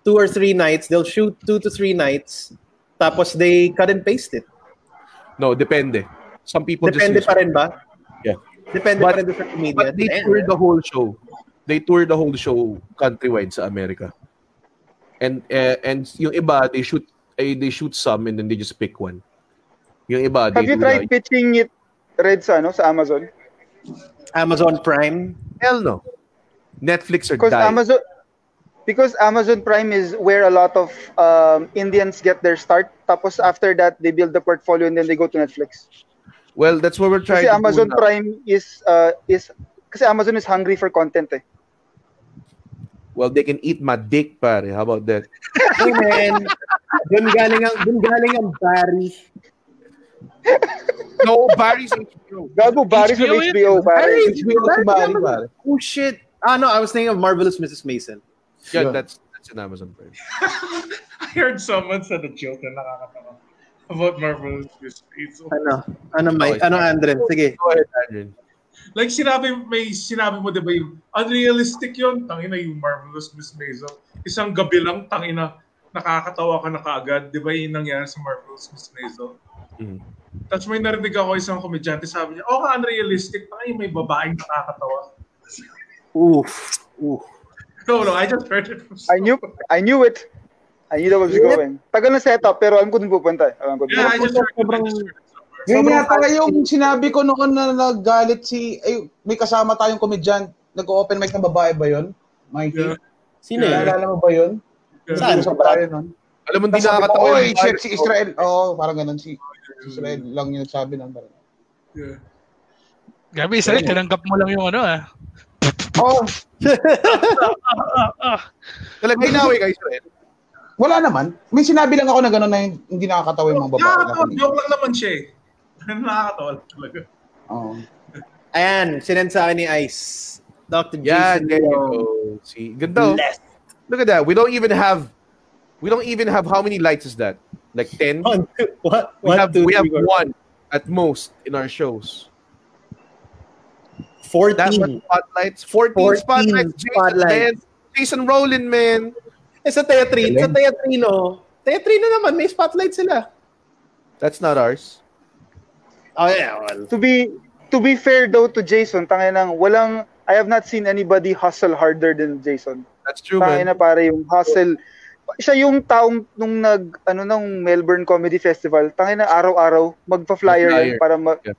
[SPEAKER 3] two or three nights. They'll shoot two to three nights, tapos they cut and paste it.
[SPEAKER 13] no, depende. Some people
[SPEAKER 3] Depende
[SPEAKER 13] just... use-
[SPEAKER 3] pa rin ba?
[SPEAKER 13] Yeah.
[SPEAKER 3] Depende
[SPEAKER 13] But-
[SPEAKER 3] pa rin sa comedian.
[SPEAKER 13] But they
[SPEAKER 3] Damn.
[SPEAKER 13] toured the whole show. They toured the whole show countrywide sa America. And eh, and yung iba they shoot eh, they shoot some and then they just pick one. Yung iba
[SPEAKER 5] Have
[SPEAKER 13] they
[SPEAKER 5] you
[SPEAKER 13] do
[SPEAKER 5] tried
[SPEAKER 13] like,
[SPEAKER 5] pitching it, Red, sa, ano, sa Amazon?
[SPEAKER 3] Amazon Prime?
[SPEAKER 13] Hell no. Netflix or
[SPEAKER 5] Because
[SPEAKER 13] die.
[SPEAKER 5] Amazon, because Amazon Prime is where a lot of um, Indians get their start. Tapos after that, they build the portfolio and then they go to Netflix.
[SPEAKER 13] Well, that's what we're trying
[SPEAKER 5] Kasi
[SPEAKER 13] to
[SPEAKER 5] Amazon
[SPEAKER 13] do now.
[SPEAKER 5] Prime is uh, is kasi Amazon is hungry for content eh.
[SPEAKER 13] Well, they can eat my dick, pare. How about that?
[SPEAKER 3] Hey, (laughs) man. Dun galing ang, dun galing ang Barry.
[SPEAKER 13] No, Barry's HBO.
[SPEAKER 5] Gago, Barry's
[SPEAKER 3] HBO
[SPEAKER 5] on
[SPEAKER 3] yun?
[SPEAKER 5] HBO, pare.
[SPEAKER 3] Barry, Barry,
[SPEAKER 5] HBO si Barry,
[SPEAKER 3] Amazon.
[SPEAKER 5] pare.
[SPEAKER 3] Oh, shit. Ah, no, I was thinking of Marvelous Mrs. Mason.
[SPEAKER 13] Yeah, that's that's an Amazon Prime.
[SPEAKER 4] I heard someone said a joke na nakakatawa. about Marvel movies. It's okay.
[SPEAKER 3] Ano? Ano, Mike? Ano, Andren? Sige.
[SPEAKER 13] Go ahead, Andren.
[SPEAKER 4] Like sinabi, may sinabi mo, di ba yung unrealistic yun, tangina yung Marvelous Miss Maisel. Isang gabi lang, tangina, nakakatawa ka na kaagad. Di ba yung nangyari sa Marvelous Miss Maisel? Tapos may narinig ako isang komedyante, sabi niya, oh, ka unrealistic, tangina may babaeng nakakatawa. (laughs)
[SPEAKER 3] Oof. Oof.
[SPEAKER 4] No, no, I just heard it from
[SPEAKER 5] I knew, I knew it. I knew that was going. Tagal na setup, pero alam ko dun pupunta. eh. Alam ko dun.
[SPEAKER 4] Yeah, I just heard it.
[SPEAKER 9] Yun yata yung sinabi ko noon na naggalit si, ay, may kasama tayong komedyan, nag-open mic ng babae ba yun? Mikey?
[SPEAKER 3] Sino yun?
[SPEAKER 9] Naalala mo ba yun?
[SPEAKER 3] Yeah.
[SPEAKER 9] Saan? Sa tayo nun?
[SPEAKER 13] Alam mo, hindi
[SPEAKER 9] Tapos sabi ko,
[SPEAKER 13] nakakatawa
[SPEAKER 9] Oy,
[SPEAKER 13] yung-
[SPEAKER 9] shit, si Israel. Oo, parang ganun si, si Israel lang yung sabi ng parang.
[SPEAKER 7] Gabi, isa rin, tinanggap mo lang yung ano ah.
[SPEAKER 9] Oh.
[SPEAKER 13] Talaga inaway ka, Israel?
[SPEAKER 9] Wala naman. May sinabi lang ako na gano'n na yun, hindi nakakatawa yung mga babae.
[SPEAKER 4] Nakakatawa, joke lang naman siya eh. (laughs) Nakakatawa lang talaga.
[SPEAKER 9] Oo.
[SPEAKER 3] Ayan, sinend sa akin ni Ice. Dr.
[SPEAKER 13] Yeah,
[SPEAKER 3] Jason
[SPEAKER 13] there you
[SPEAKER 3] Leong.
[SPEAKER 13] go. See, ganda. oh. Look at that. We don't even have. We don't even have how many lights is that? Like ten.
[SPEAKER 3] What?
[SPEAKER 13] We have we have one at most in our shows.
[SPEAKER 3] Fourteen
[SPEAKER 13] spotlights. Fourteen,
[SPEAKER 3] 14
[SPEAKER 13] spotlights. Jason,
[SPEAKER 3] spotlights.
[SPEAKER 13] Ted, Jason Rowland, man.
[SPEAKER 3] Eh, sa Teatrino, sa Teatrino, Teatrino naman, may spotlight sila.
[SPEAKER 13] That's not ours.
[SPEAKER 3] Oh yeah, well.
[SPEAKER 5] To be to be fair though to Jason, tangin ng walang I have not seen anybody hustle harder than Jason.
[SPEAKER 13] That's true,
[SPEAKER 5] Tangin
[SPEAKER 13] man.
[SPEAKER 5] na para yung hustle. Siya yung taong nung nag ano nung Melbourne Comedy Festival, tangin na araw-araw magpa-flyer
[SPEAKER 13] Flyer.
[SPEAKER 5] yan para ma-
[SPEAKER 13] Yeah.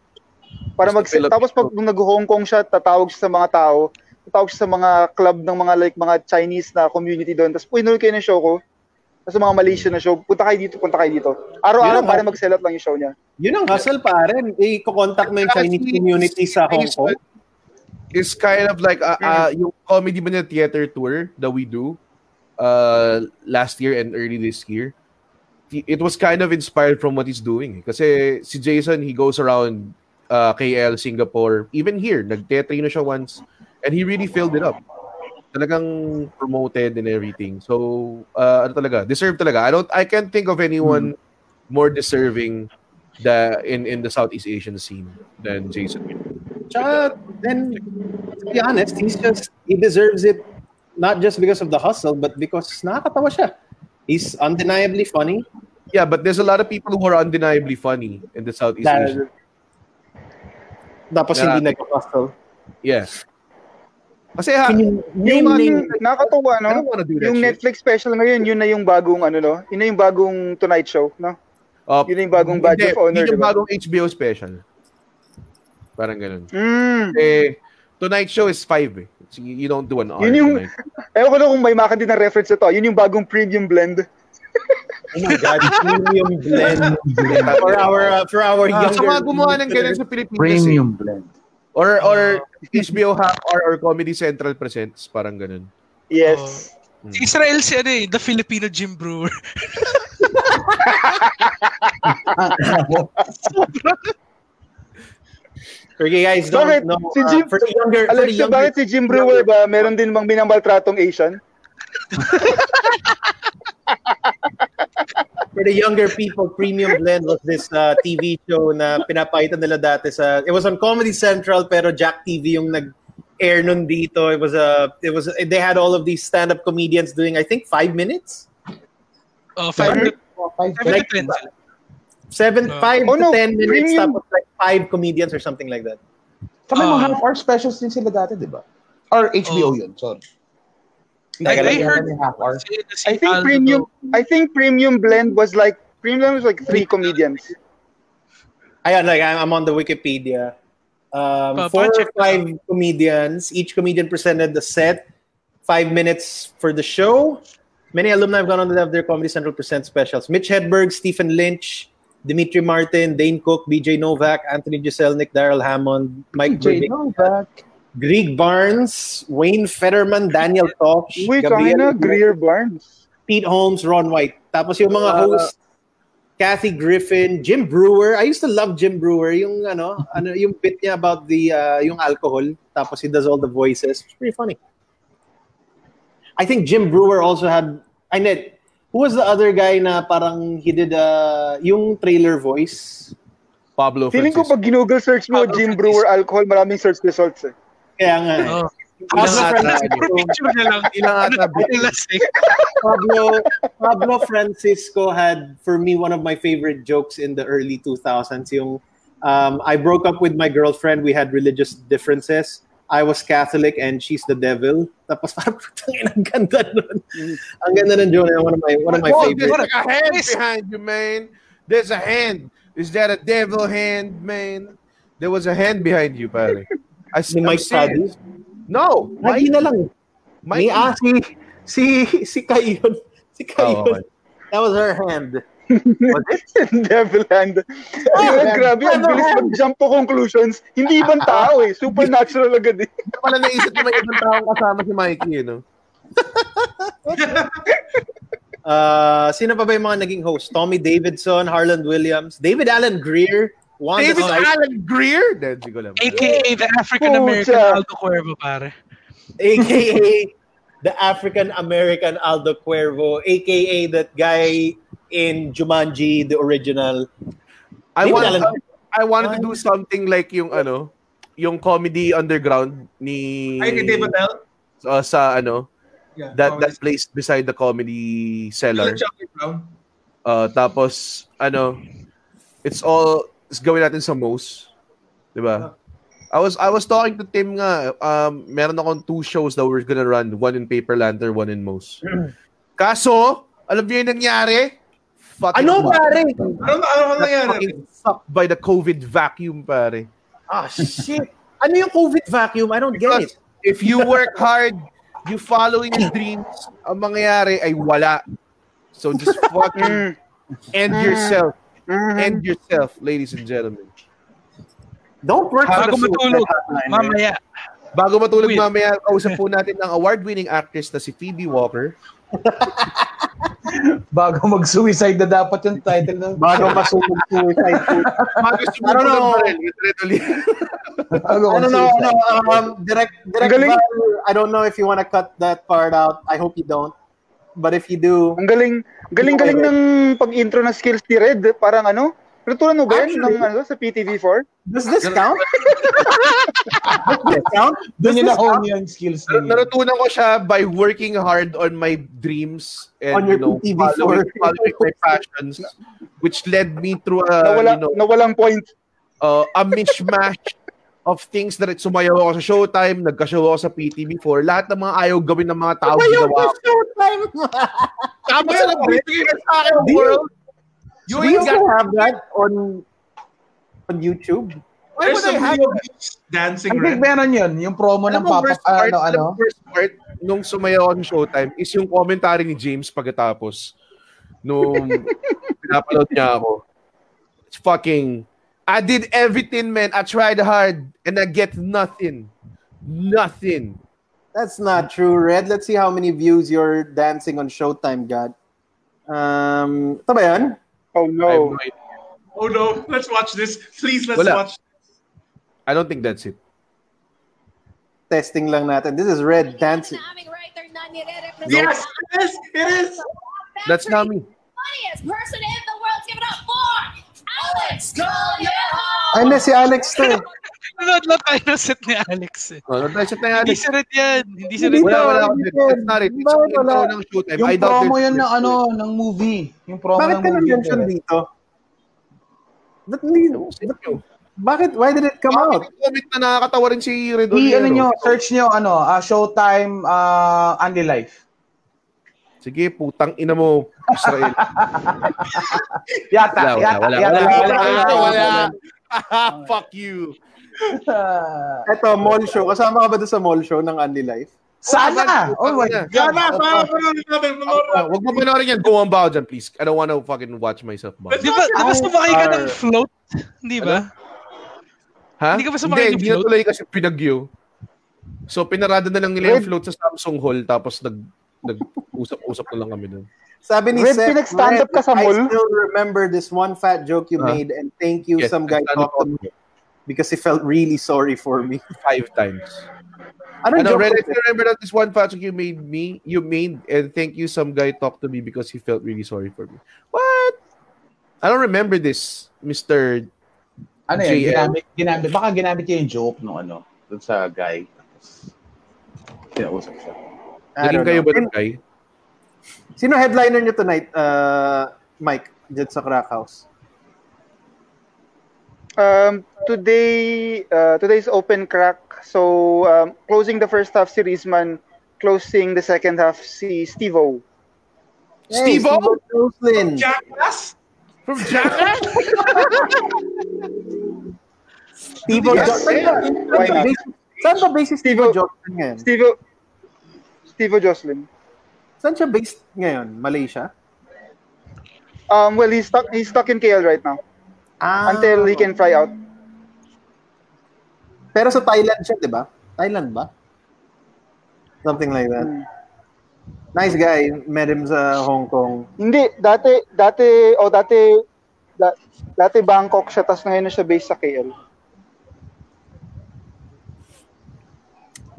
[SPEAKER 5] para mag
[SPEAKER 13] Basta Pilipino.
[SPEAKER 5] tapos pag nung nag-Hong Kong siya, tatawag siya sa mga tao, tatawag siya sa mga club ng mga like mga Chinese na community doon. Tapos puinol kayo ng show ko. Tapos sa mga Malaysian na show, punta kayo dito, punta kayo dito. Araw-araw
[SPEAKER 3] Yeah.
[SPEAKER 5] para mag-sell out lang yung show niya.
[SPEAKER 3] Yun ang hustle pa rin. I-contact mo yung Chinese community sa Hong Kong.
[SPEAKER 13] It's kind of like uh, uh, yung comedy ba na theater tour that we do uh, last year and early this year. It was kind of inspired from what he's doing. Kasi Eh, si Jason, he goes around uh, KL, Singapore, even here. Nag-teatrino siya once. And he really filled it up. Talagang promoted and everything. So, uh, ano talaga? Deserve talaga. I don't, I can't think of anyone
[SPEAKER 7] Hmm.
[SPEAKER 13] more deserving the in in the Southeast Asian scene than Jason.
[SPEAKER 3] Tsaka, Uh, then, to be honest, he's just, he deserves it not just because of the hustle, but because nakakatawa siya. He's undeniably funny.
[SPEAKER 13] Yeah, but there's a lot of people who are undeniably funny Mm. in the Southeast
[SPEAKER 3] That-
[SPEAKER 13] Asian.
[SPEAKER 3] Tapos hindi
[SPEAKER 13] Yeah.
[SPEAKER 3] nag-hustle.
[SPEAKER 13] Yeah. Kasi ha,
[SPEAKER 5] Yung mga
[SPEAKER 13] I
[SPEAKER 5] nakakatuwa no.
[SPEAKER 13] don't wanna do that
[SPEAKER 5] Yung
[SPEAKER 13] shit.
[SPEAKER 5] Netflix special ngayon, yun na yung bagong ano no. Yun na yung bagong Tonight Show, no.
[SPEAKER 13] Uh,
[SPEAKER 5] yun na yung bagong badge
[SPEAKER 13] hindi,
[SPEAKER 5] of honor.
[SPEAKER 13] yun yung
[SPEAKER 5] diba?
[SPEAKER 13] bagong HBO special. Parang ganun.
[SPEAKER 5] Mm.
[SPEAKER 13] Eh, tonight's show is five eh. So you, you don't do an hour.
[SPEAKER 5] Yun yung
[SPEAKER 13] tonight.
[SPEAKER 5] Ewan ko na kung may makan din ng reference na to. Yun yung bagong premium blend.
[SPEAKER 3] Oh my God, premium blend. (laughs) for our, uh, for our
[SPEAKER 13] Ah,
[SPEAKER 3] younger...
[SPEAKER 13] sa mga gumawa ng ganun sa Pilipinas eh.
[SPEAKER 9] blend.
[SPEAKER 13] Or, or HBO half hour or Comedy Central presents. Parang ganun.
[SPEAKER 5] Yes.
[SPEAKER 13] Oh.
[SPEAKER 7] Si Israel si ano eh, the Filipino Jim Brewer. (laughs)
[SPEAKER 9] Ah,
[SPEAKER 3] Okay, guys, don't
[SPEAKER 5] Bakit?
[SPEAKER 3] know.
[SPEAKER 5] si Jim,
[SPEAKER 3] uh, for the younger, for the
[SPEAKER 5] Alexa,
[SPEAKER 3] younger-
[SPEAKER 5] bakit si Jim Brewer ba meron din bang minamaltratong Asian?
[SPEAKER 3] for the younger people, Premium Blend was this uh, TV show na pinapakita nila dati sa it was on Comedy Central pero Jack TV yung nag air nun dito. It was a it was they had all of these stand up comedians doing I think 5 minutes.
[SPEAKER 7] Oh, five to,
[SPEAKER 9] (laughs) five
[SPEAKER 7] five to ten.
[SPEAKER 3] 7
[SPEAKER 7] Uh,
[SPEAKER 3] 5
[SPEAKER 5] oh
[SPEAKER 3] to
[SPEAKER 5] no,
[SPEAKER 3] 10 minutes
[SPEAKER 5] Premium-
[SPEAKER 3] tapos like 5 comedians or something like that.
[SPEAKER 9] Kami
[SPEAKER 7] Ah.
[SPEAKER 9] mga half hour specials din sila dati, di ba? Or HBO
[SPEAKER 7] Oh.
[SPEAKER 9] yun, sorry.
[SPEAKER 7] I, I heard
[SPEAKER 9] half hour.
[SPEAKER 7] si, si
[SPEAKER 5] I think
[SPEAKER 7] Aldo
[SPEAKER 5] premium
[SPEAKER 7] daw.
[SPEAKER 5] I think premium blend was like premium was like three comedians.
[SPEAKER 3] Ayan, like I'm I'm on the Wikipedia. Um,
[SPEAKER 7] Pa-
[SPEAKER 3] four or
[SPEAKER 7] pa-check na.
[SPEAKER 3] five comedians. Each comedian presented the set. Five minutes for the show. Many alumni have gone on to have their Comedy Central Present specials. Mitch Hedberg, Stephen Lynch, Dimitri Martin, Dane Cook, BJ Novak, Anthony Giselnik, Daryl Hammond, Mike
[SPEAKER 9] Jay
[SPEAKER 3] Burdick,
[SPEAKER 9] Novak.
[SPEAKER 3] Greg Barnes, Wayne Fetterman, Daniel Tosh,
[SPEAKER 5] Uy, China, Greer Barnes.
[SPEAKER 3] Pete Holmes, Ron White. Tapos yung mga hosts, Kathy Griffin, Jim Brewer. I used to love Jim Brewer. Yung (laughs) ano, ano yung bit niya about the uh, yung alcohol. Tapos he does all the voices. It's pretty funny. I think Jim Brewer also had I know Who was the other guy na parang he did uh, yung trailer voice?
[SPEAKER 13] Pablo
[SPEAKER 5] Feeling ko pag ginugol
[SPEAKER 13] Ah,
[SPEAKER 5] search mo Jim Brewer alcohol, maraming search results eh.
[SPEAKER 3] Kaya nga eh.
[SPEAKER 7] oh,
[SPEAKER 3] Pablo Francisco.
[SPEAKER 7] Picture na lang.
[SPEAKER 13] Ilang ata.
[SPEAKER 3] Pablo, Pablo Francisco had, for me, one of my favorite jokes in the early 2000s. Yung, um, I broke up with my girlfriend. We had religious differences. I was Catholic and she's the devil. Tapos parang (laughs) putang ina, ang ganda nun. Ang ganda ng joke na yun, One of my, one of my
[SPEAKER 13] Oh,
[SPEAKER 3] favorite.
[SPEAKER 13] There's like a hand behind you, man. There's a hand. Is that a devil hand, man? There was a hand behind you, pare. I
[SPEAKER 3] Ni Mike
[SPEAKER 13] serious. No.
[SPEAKER 3] Lagi na lang.
[SPEAKER 13] Mike-
[SPEAKER 3] Ni ah, si, si, si Kai yun. (laughs) Si Kai
[SPEAKER 13] Oh,
[SPEAKER 3] yun. That was her hand. Was (laughs) it?
[SPEAKER 5] Devil hand.
[SPEAKER 3] Devil
[SPEAKER 5] Ay,
[SPEAKER 3] hand.
[SPEAKER 5] Ah, grabe, ang
[SPEAKER 3] Devil
[SPEAKER 5] bilis
[SPEAKER 3] hand. Ah,
[SPEAKER 5] mag-jump to conclusions. Hindi ibang tao eh. Supernatural agad eh.
[SPEAKER 13] Pala naisip ko may ibang taong kasama si Mikey, you know?
[SPEAKER 3] Uh, sino pa ba yung mga naging host? Tommy Davidson, Harlan Williams, David Alan Greer, Wanda
[SPEAKER 4] oh,
[SPEAKER 13] David
[SPEAKER 3] (laughs) Sykes,
[SPEAKER 13] Alan Greer? Then, di ko alam.
[SPEAKER 7] AKA the African-American
[SPEAKER 3] Pucha.
[SPEAKER 7] Aldo Cuervo, pare.
[SPEAKER 3] aka the African American Aldo Cuervo, aka that guy in Jumanji, the original.
[SPEAKER 13] I
[SPEAKER 3] David
[SPEAKER 13] wanted,
[SPEAKER 3] Alan-
[SPEAKER 13] I wanted to do something like yung ano, yung comedy underground ni
[SPEAKER 4] Ay, kay David L.
[SPEAKER 13] uh, sa ano,
[SPEAKER 4] Yeah, Oh,
[SPEAKER 13] that that place beside the comedy cellar.
[SPEAKER 4] Chocolate Brown.
[SPEAKER 13] Uh, tapos ano, it's all it's gawin natin sa most, 'di ba? I was I was talking to Tim nga um meron akong two shows that we're gonna run, one in Paper Lantern, one in most. Kaso, alam niyo yung nangyari? Fucking
[SPEAKER 3] Ano,
[SPEAKER 13] suck.
[SPEAKER 3] pare?
[SPEAKER 4] Ano ano ang nangyari?
[SPEAKER 13] Fucking sucked by the COVID vacuum, pare.
[SPEAKER 3] Ah, shit. Ano yung COVID vacuum? I don't get it.
[SPEAKER 13] If you work hard, you follow your dreams, ang mangyayari ay wala. So just fucking end yourself. End yourself, ladies and gentlemen.
[SPEAKER 3] Don't work
[SPEAKER 7] Bago matulog,
[SPEAKER 9] eh.
[SPEAKER 7] mamaya.
[SPEAKER 13] Bago matulog
[SPEAKER 7] Quit.
[SPEAKER 13] mamaya, kausap po natin ang award-winning actress na si Phoebe Walker.
[SPEAKER 9] Bago mag-suicide na dapat yung title ng...
[SPEAKER 3] Bago masuicide.
[SPEAKER 13] Bago
[SPEAKER 3] I don't know.
[SPEAKER 9] Bago
[SPEAKER 3] I don't know.
[SPEAKER 9] mag-suicide.
[SPEAKER 3] No, um, direct, direct
[SPEAKER 5] Ang galing.
[SPEAKER 3] value, I don't know if you want to cut that part out. I hope you don't. But if you do,
[SPEAKER 5] Ang galing, galing-galing ng pag-intro na skills ni Red. Parang ano, natutunan mo ba yan ng, ano, sa PTV4?
[SPEAKER 3] Does this count?
[SPEAKER 9] Doon yung na-hone yung skills
[SPEAKER 13] Nar-
[SPEAKER 9] niya.
[SPEAKER 13] Natutunan ko siya by working hard on my dreams and
[SPEAKER 9] On your
[SPEAKER 13] you know,
[SPEAKER 9] PTV
[SPEAKER 13] following,
[SPEAKER 9] for-
[SPEAKER 13] following my passions, which led me through a Uh,
[SPEAKER 5] Nawala-
[SPEAKER 13] you know,
[SPEAKER 5] nawalang point,
[SPEAKER 13] uh, a mishmash of things na sumayaw ako sa Showtime, nagka-show ako sa PTV4, lahat ng mga ayaw gawin ng mga tao ginawa ko.
[SPEAKER 3] showtime.
[SPEAKER 13] Tama sa nagbibigay ka sa akin,
[SPEAKER 3] Do you-
[SPEAKER 13] world. You
[SPEAKER 3] Do you
[SPEAKER 13] ain't got
[SPEAKER 3] also have that on on YouTube?
[SPEAKER 13] Why would I
[SPEAKER 4] There's a
[SPEAKER 13] have
[SPEAKER 4] video of dancing
[SPEAKER 9] Ang big
[SPEAKER 4] red.
[SPEAKER 9] meron yun, yung promo ng
[SPEAKER 13] Alam mo,
[SPEAKER 9] Papa,
[SPEAKER 13] worst part,
[SPEAKER 9] ano, ano.
[SPEAKER 13] alam mo, worst part nung sumayaw ako ng Showtime is yung commentary ni James pagkatapos nung pinapanood niya ako. It's fucking, I did everything, man. I tried hard and I get nothing. Nothing.
[SPEAKER 3] That's not true, Red. Let's see how many views your dancing on Showtime got. Um, ito ba yun?
[SPEAKER 5] Oh
[SPEAKER 13] no.
[SPEAKER 4] Oh no, let's watch this. Please, let's
[SPEAKER 13] Wala.
[SPEAKER 4] watch.
[SPEAKER 13] I don't think that's it.
[SPEAKER 3] Testing lang natin. This is Red dancing.
[SPEAKER 4] Yes, it is. It is.
[SPEAKER 13] That's not me.
[SPEAKER 16] funniest person in the world. Give it up for Alex Collier.
[SPEAKER 3] Ay, na si Alex to. eh.
[SPEAKER 7] Nanood lang tayo ng set ni Alex. Eh.
[SPEAKER 13] Ano, that's it na yan.
[SPEAKER 7] Hindi si Red yan. Hindi si Red.
[SPEAKER 3] Hindi
[SPEAKER 13] Wala,
[SPEAKER 3] daw,
[SPEAKER 13] wala.
[SPEAKER 3] hindi
[SPEAKER 13] That's not it. It's
[SPEAKER 3] Bakit
[SPEAKER 13] yung
[SPEAKER 3] wala?
[SPEAKER 13] intro ng Showtime.
[SPEAKER 9] Yung
[SPEAKER 13] I doubt
[SPEAKER 9] promo
[SPEAKER 13] there's-
[SPEAKER 9] yun ng ano, ng movie. Yung promo
[SPEAKER 3] Bakit
[SPEAKER 9] ng
[SPEAKER 3] ka
[SPEAKER 9] movie.
[SPEAKER 3] na-mention
[SPEAKER 9] yun,
[SPEAKER 3] dito? Ba't hindi? ba't- Bakit? Why did it come out?
[SPEAKER 13] Comment na nakakatawa rin si Red
[SPEAKER 9] I, ano nyo,
[SPEAKER 13] Oliero.
[SPEAKER 9] search nyo, ano, ah, Showtime, ah, Andy Life.
[SPEAKER 13] Sige, putang ina mo, Israel.
[SPEAKER 9] (laughs) Yata, yata,
[SPEAKER 13] Wala, wala,
[SPEAKER 9] yata.
[SPEAKER 13] wala, wala,
[SPEAKER 9] yata,
[SPEAKER 13] wala,
[SPEAKER 9] yata.
[SPEAKER 13] Fuck you.
[SPEAKER 9] Ah,
[SPEAKER 3] Ito, mall show. Kasama ka ba doon sa mall show ng Andy Life?
[SPEAKER 9] Sana! Oh my God!
[SPEAKER 4] Sana, sana, panoorin natin.
[SPEAKER 13] Ah, Wag mo panoorin yan. Go on bow dyan, please. I don't wanna fucking watch myself. Bow.
[SPEAKER 7] Di ba, di ba sumakay ka ng float? Di ba?
[SPEAKER 13] Ha?
[SPEAKER 7] Hindi ka ba sumakay ng
[SPEAKER 13] Hindi, hindi na
[SPEAKER 7] float?
[SPEAKER 13] tuloy kasi pinagyo. So, pinarada na lang nila yung float sa Samsung Hall tapos nag nag-usap-usap na lang kami doon.
[SPEAKER 3] Sabi ni
[SPEAKER 5] Red,
[SPEAKER 3] Seth,
[SPEAKER 5] pinag-stand-up ka sa
[SPEAKER 3] I
[SPEAKER 5] mall?
[SPEAKER 3] still remember this one fat joke you
[SPEAKER 13] Ah.
[SPEAKER 3] made and thank you
[SPEAKER 13] Yes,
[SPEAKER 3] some guy
[SPEAKER 13] nagtanong (laughs)
[SPEAKER 3] talked to me because he felt really sorry for me.
[SPEAKER 13] Five times. Ano,
[SPEAKER 8] joke
[SPEAKER 13] Ren,
[SPEAKER 8] ko
[SPEAKER 13] if you remember that this one Patrick you made me, you made, and thank you, some guy talked to me because he felt really sorry for me. What? I don't remember this, Mr.
[SPEAKER 9] Ano yan?
[SPEAKER 13] JL.
[SPEAKER 9] Ginamit, ginamit, baka ginamit niya yung joke no ano, dun sa guy. Kinausap siya.
[SPEAKER 3] I don't
[SPEAKER 13] Naging kayo
[SPEAKER 3] know.
[SPEAKER 13] ba ng guy?
[SPEAKER 3] Sino headliner niyo tonight, uh, Mike, dyan sa Crack House?
[SPEAKER 5] Um, today, uh, today's open crack. So, um, closing the first half si Rizman, closing the second half si Steve-O.
[SPEAKER 3] Hey, Steve-O? Roslin.
[SPEAKER 4] Jackass?
[SPEAKER 13] From Jackass?
[SPEAKER 3] Steve-O
[SPEAKER 5] Yes,
[SPEAKER 3] Johnson.
[SPEAKER 5] yeah. Why not?
[SPEAKER 3] Saan ba based si Steve-O Johnson ngayon?
[SPEAKER 5] Steve-O, Steve-O Jocelyn.
[SPEAKER 3] Saan siya based ngayon? Malaysia?
[SPEAKER 5] Um, well, he's stuck, he's stuck in KL right now. Until he can fly out.
[SPEAKER 3] Pero sa Thailand siya, di ba? Thailand ba? Something like that.
[SPEAKER 13] Hmm.
[SPEAKER 3] Nice guy. Met him sa Hong Kong.
[SPEAKER 5] Hindi, dati, dati, o dati, da, dati Bangkok siya, tapos ngayon na siya based sa KL.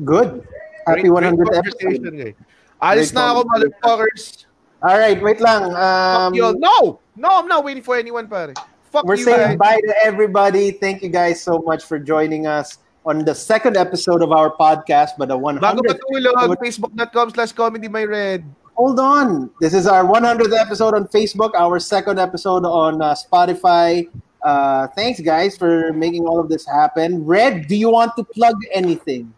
[SPEAKER 3] Good. Happy 100th episode.
[SPEAKER 13] guy. Alis na ako, motherfuckers.
[SPEAKER 3] All right, wait lang. Um,
[SPEAKER 13] Fuck you all. No! No, I'm not waiting for anyone, pare. Fuck
[SPEAKER 3] We're
[SPEAKER 13] you
[SPEAKER 3] saying
[SPEAKER 13] guys.
[SPEAKER 3] bye to everybody. Thank you guys so much for joining us on the second episode of our podcast, but the 100th.
[SPEAKER 13] Bago
[SPEAKER 3] episode-
[SPEAKER 13] patulog, facebook.com slash comedy my red.
[SPEAKER 3] Hold on. This is our 100th episode on Facebook, our second episode on uh, Spotify. Uh, thanks, guys, for making all of this happen. Red, do you want to plug anything?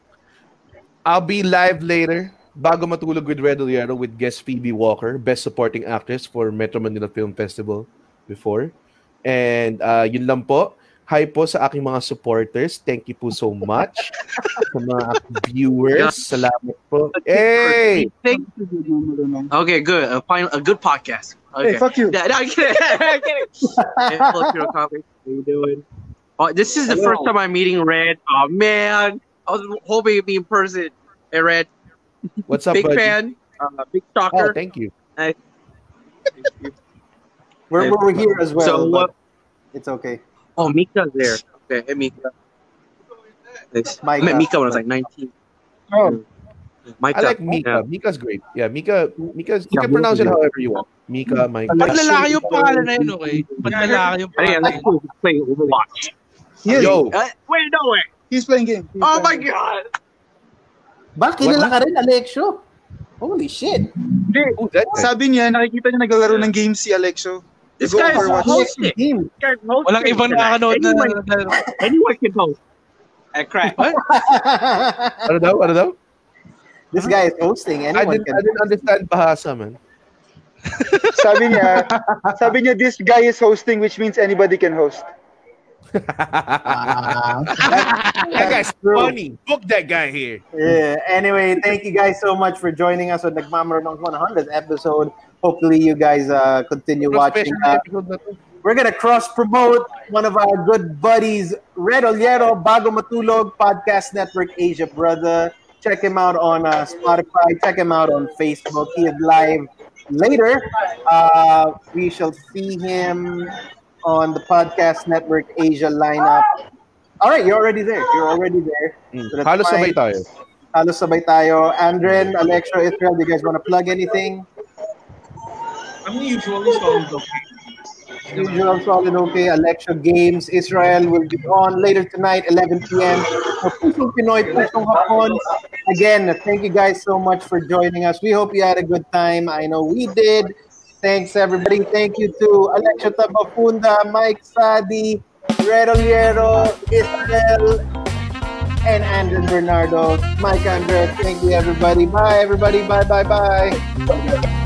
[SPEAKER 13] I'll be live later. Bago matulog with Red Oliero with guest Phoebe Walker, best supporting actress for Metro Manila Film Festival before. And uh, yun lang po. Hi po sa aking mga supporters. Thank you po so much. sa mga viewers, salamat po. Hey!
[SPEAKER 15] Thank Okay, good. A, final, a good podcast. Okay.
[SPEAKER 13] Hey, fuck you.
[SPEAKER 15] Yeah, no, I'm kidding. (laughs) I'm kidding. Hey, hello, Hero Comics. How you doing? Oh, this is the
[SPEAKER 14] Hello.
[SPEAKER 15] first time I'm meeting Red. Oh man, I was hoping to be in person. Hey, Red.
[SPEAKER 13] What's up,
[SPEAKER 15] Big
[SPEAKER 13] buddy?
[SPEAKER 15] fan. Uh, big stalker.
[SPEAKER 13] Oh, thank you.
[SPEAKER 15] I-
[SPEAKER 3] We're, we're here as well.
[SPEAKER 15] So,
[SPEAKER 3] but
[SPEAKER 15] what-
[SPEAKER 3] It's okay.
[SPEAKER 15] Oh, Mika's there. Okay, hey Mika. Thanks. I met Mika when I was like 19.
[SPEAKER 5] Oh.
[SPEAKER 15] Mika.
[SPEAKER 13] I like Mika.
[SPEAKER 15] Yeah.
[SPEAKER 13] Mika's great. Yeah, Mika. Mika's, you
[SPEAKER 15] Yeah,
[SPEAKER 13] can pronounce it
[SPEAKER 15] Mika.
[SPEAKER 13] however you want. Mika, Mika.
[SPEAKER 7] Panlalaki yung pangalan na
[SPEAKER 15] (laughs)
[SPEAKER 7] yun, okay? Panlalaki yung
[SPEAKER 15] Hey, I
[SPEAKER 7] pangalan.
[SPEAKER 15] like to play Overwatch. (laughs)
[SPEAKER 13] Yo.
[SPEAKER 15] Uh, wait, no way.
[SPEAKER 14] He's playing game. He's
[SPEAKER 15] Oh my
[SPEAKER 14] playing game.
[SPEAKER 15] god.
[SPEAKER 3] Ba, kilala ka rin, Alexio? Holy shit.
[SPEAKER 14] Hindi. Sabi niya, nakikita niya naglalaro ng game si Alexio.
[SPEAKER 15] This
[SPEAKER 14] Go
[SPEAKER 15] guy is
[SPEAKER 14] Overwatch.
[SPEAKER 15] hosting.
[SPEAKER 3] Game.
[SPEAKER 15] This guy is hosting
[SPEAKER 7] Walang ibang
[SPEAKER 15] tonight.
[SPEAKER 7] nakakanood na-
[SPEAKER 15] Anyone- Anyone can host. I crack.
[SPEAKER 13] Ano daw? Ano daw?
[SPEAKER 3] This guy is hosting.
[SPEAKER 13] I
[SPEAKER 3] Anyone
[SPEAKER 13] didn't, I
[SPEAKER 3] can.
[SPEAKER 13] didn't understand Bahasa, man.
[SPEAKER 5] Sabi niya, sabi niya, this guy is hosting, which means anybody can host.
[SPEAKER 15] Ah. (laughs)
[SPEAKER 13] that guy's funny. Book that guy here.
[SPEAKER 3] Yeah. Anyway, thank you guys so much for joining us on Nagmamaronong 100th episode. Hopefully, you guys uh, continue watching.
[SPEAKER 13] Special
[SPEAKER 3] Uh,
[SPEAKER 13] episode na to.
[SPEAKER 3] we're gonna cross promote one of our good buddies, Red Oliero Bago Matulog Podcast Network Asia brother. Check him out on uh, Spotify. Check him out on Facebook. He is live later. Uh, we shall see him on the Podcast Network Asia lineup. All right, you're already there. You're already there. So
[SPEAKER 13] Hmm.
[SPEAKER 3] that's
[SPEAKER 13] Halos
[SPEAKER 3] fine.
[SPEAKER 13] sabay tayo.
[SPEAKER 3] Halos sabay tayo. Andren, Alexio, Israel, do you guys want to plug anything?
[SPEAKER 4] I'm usually sounds okay.
[SPEAKER 3] Usual solid okay. Alexio Games, Israel will be on later tonight, 11 p.m. for Pusong Pinoy, Pusong Hapon. Again, thank you guys so much for joining us. We hope you had a good time. I know we did. Thanks, everybody. Thank you to Alexio Tabafunda, Mike Sadi, Red Oliero, Israel, and Andrew Bernardo. Mike Andres, thank you, everybody. Bye, everybody. Bye, bye, bye.